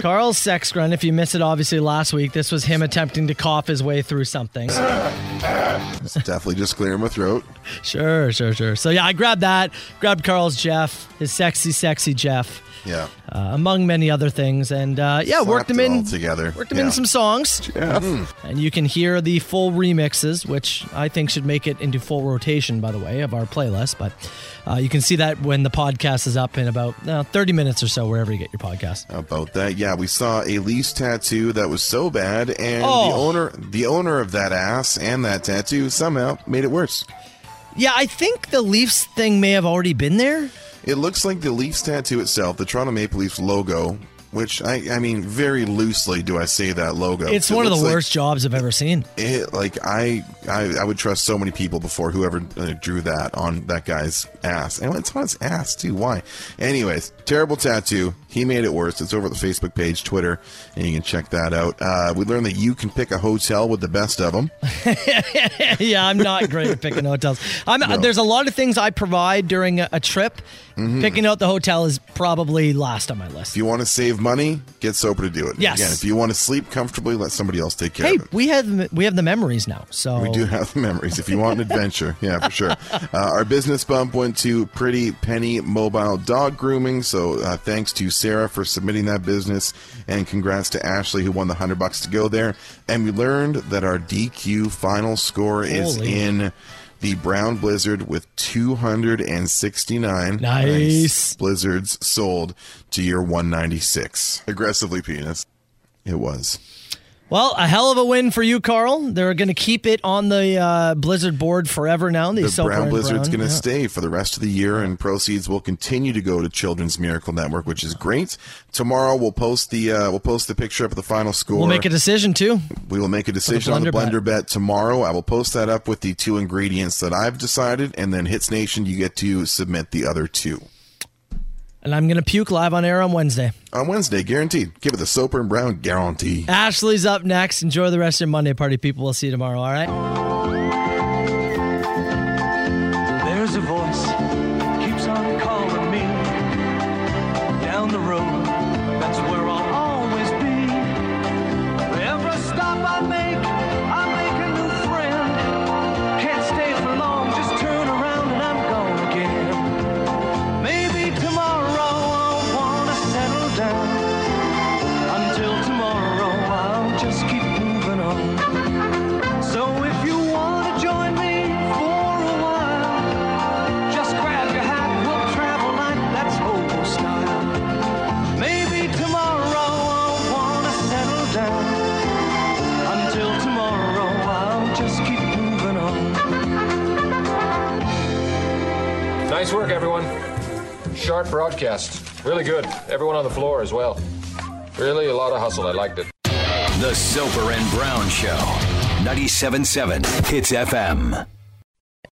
Carl's sex grunt. If you missed it, obviously last week, this was him attempting to cough his way through something. It's definitely just clearing my throat. Sure, sure, sure. So yeah, I grabbed that. Grabbed Carl's Jeff, his sexy, sexy Jeff, Yeah. uh, among many other things, and uh, yeah, Slapped worked him it all in. together. Worked him Yeah. in some songs, Mhm. and you can hear the full remixes, which I think should make it into full rotation, by the way, of our playlist. But uh, you can see that when the podcast is up in about uh, 30 minutes or so, wherever you get your podcast. About that, yeah, we saw a lease tattoo that was so bad, and the Oh. owner, the owner of that ass and that tattoo, somehow made it worse. Yeah, I think the Leafs thing may have already been there. It looks like the Leafs tattoo itself, the Toronto Maple Leafs logo, which I, I mean, very loosely do I say that logo. it's It one of the looks like- worst jobs I've ever seen. It like I, I I would trust so many people before whoever uh, drew that on that guy's ass, and it's on his ass too. Why? Anyways, terrible tattoo. He made it worse. It's over at the Facebook page, Twitter, and you can check that out. Uh, we learned that you can pick a hotel with the best of them. yeah, I'm not great at picking hotels. I'm, No. There's a lot of things I provide during a, a trip. Picking out the hotel is probably last on my list. If Mm-hmm. you want to save money, get sober to do it. Yes. Again, if you want to sleep comfortably, let somebody else take care Hey, of it. we have we have the memories now. So We do have the memories. If you want an adventure, yeah, for sure. Uh, our business bump went to Pretty Penny Mobile Dog Grooming. So uh, thanks to Sarah for submitting that business, and congrats to Ashley who won the hundred bucks to go there. And we learned that our DQ final score is Holy. in. The Brown Blizzard with 269 Nice. blizzards sold to your 196. Aggressively penis. It was. Well, a hell of a win for you, Carl. They're going to keep it on the uh, Blizzard board forever now. The, the Silver brown and blizzard's Brown, going to yeah. stay for the rest of the year and proceeds will continue to go to children's miracle network which is great tomorrow we'll post the uh, we'll post the picture up of the final score We'll make a decision too. we will make a decision on the blender blender bet. tomorrow i will post that up with the two ingredients that i've decided and then hits nation you get to submit the other two And I'm going to puke live on air on Wednesday. on wednesday guaranteed give it the soper and brown guarantee Ashley's up next. Enjoy the rest of your Monday party, people. We'll see you tomorrow. All right. There's a voice keeps on calling me down the road. That's where I'll always be. Every stop I make, I make a new friend. Can't stay for long, just turn around and I'm gone again. Maybe tomorrow I'll wanna settle down. Until tomorrow I'll just keep moving on. So if you wanna join me for a while. Just grab your hat, we'll travel like that's old style. Maybe tomorrow I'll wanna settle down. Until tomorrow I'll just keep moving on. Nice work, everyone. Sharp broadcast. Really good. Everyone on the floor as well. Really a lot of hustle. I liked it. The Soper and Brown Show. 97.7 Hits FM.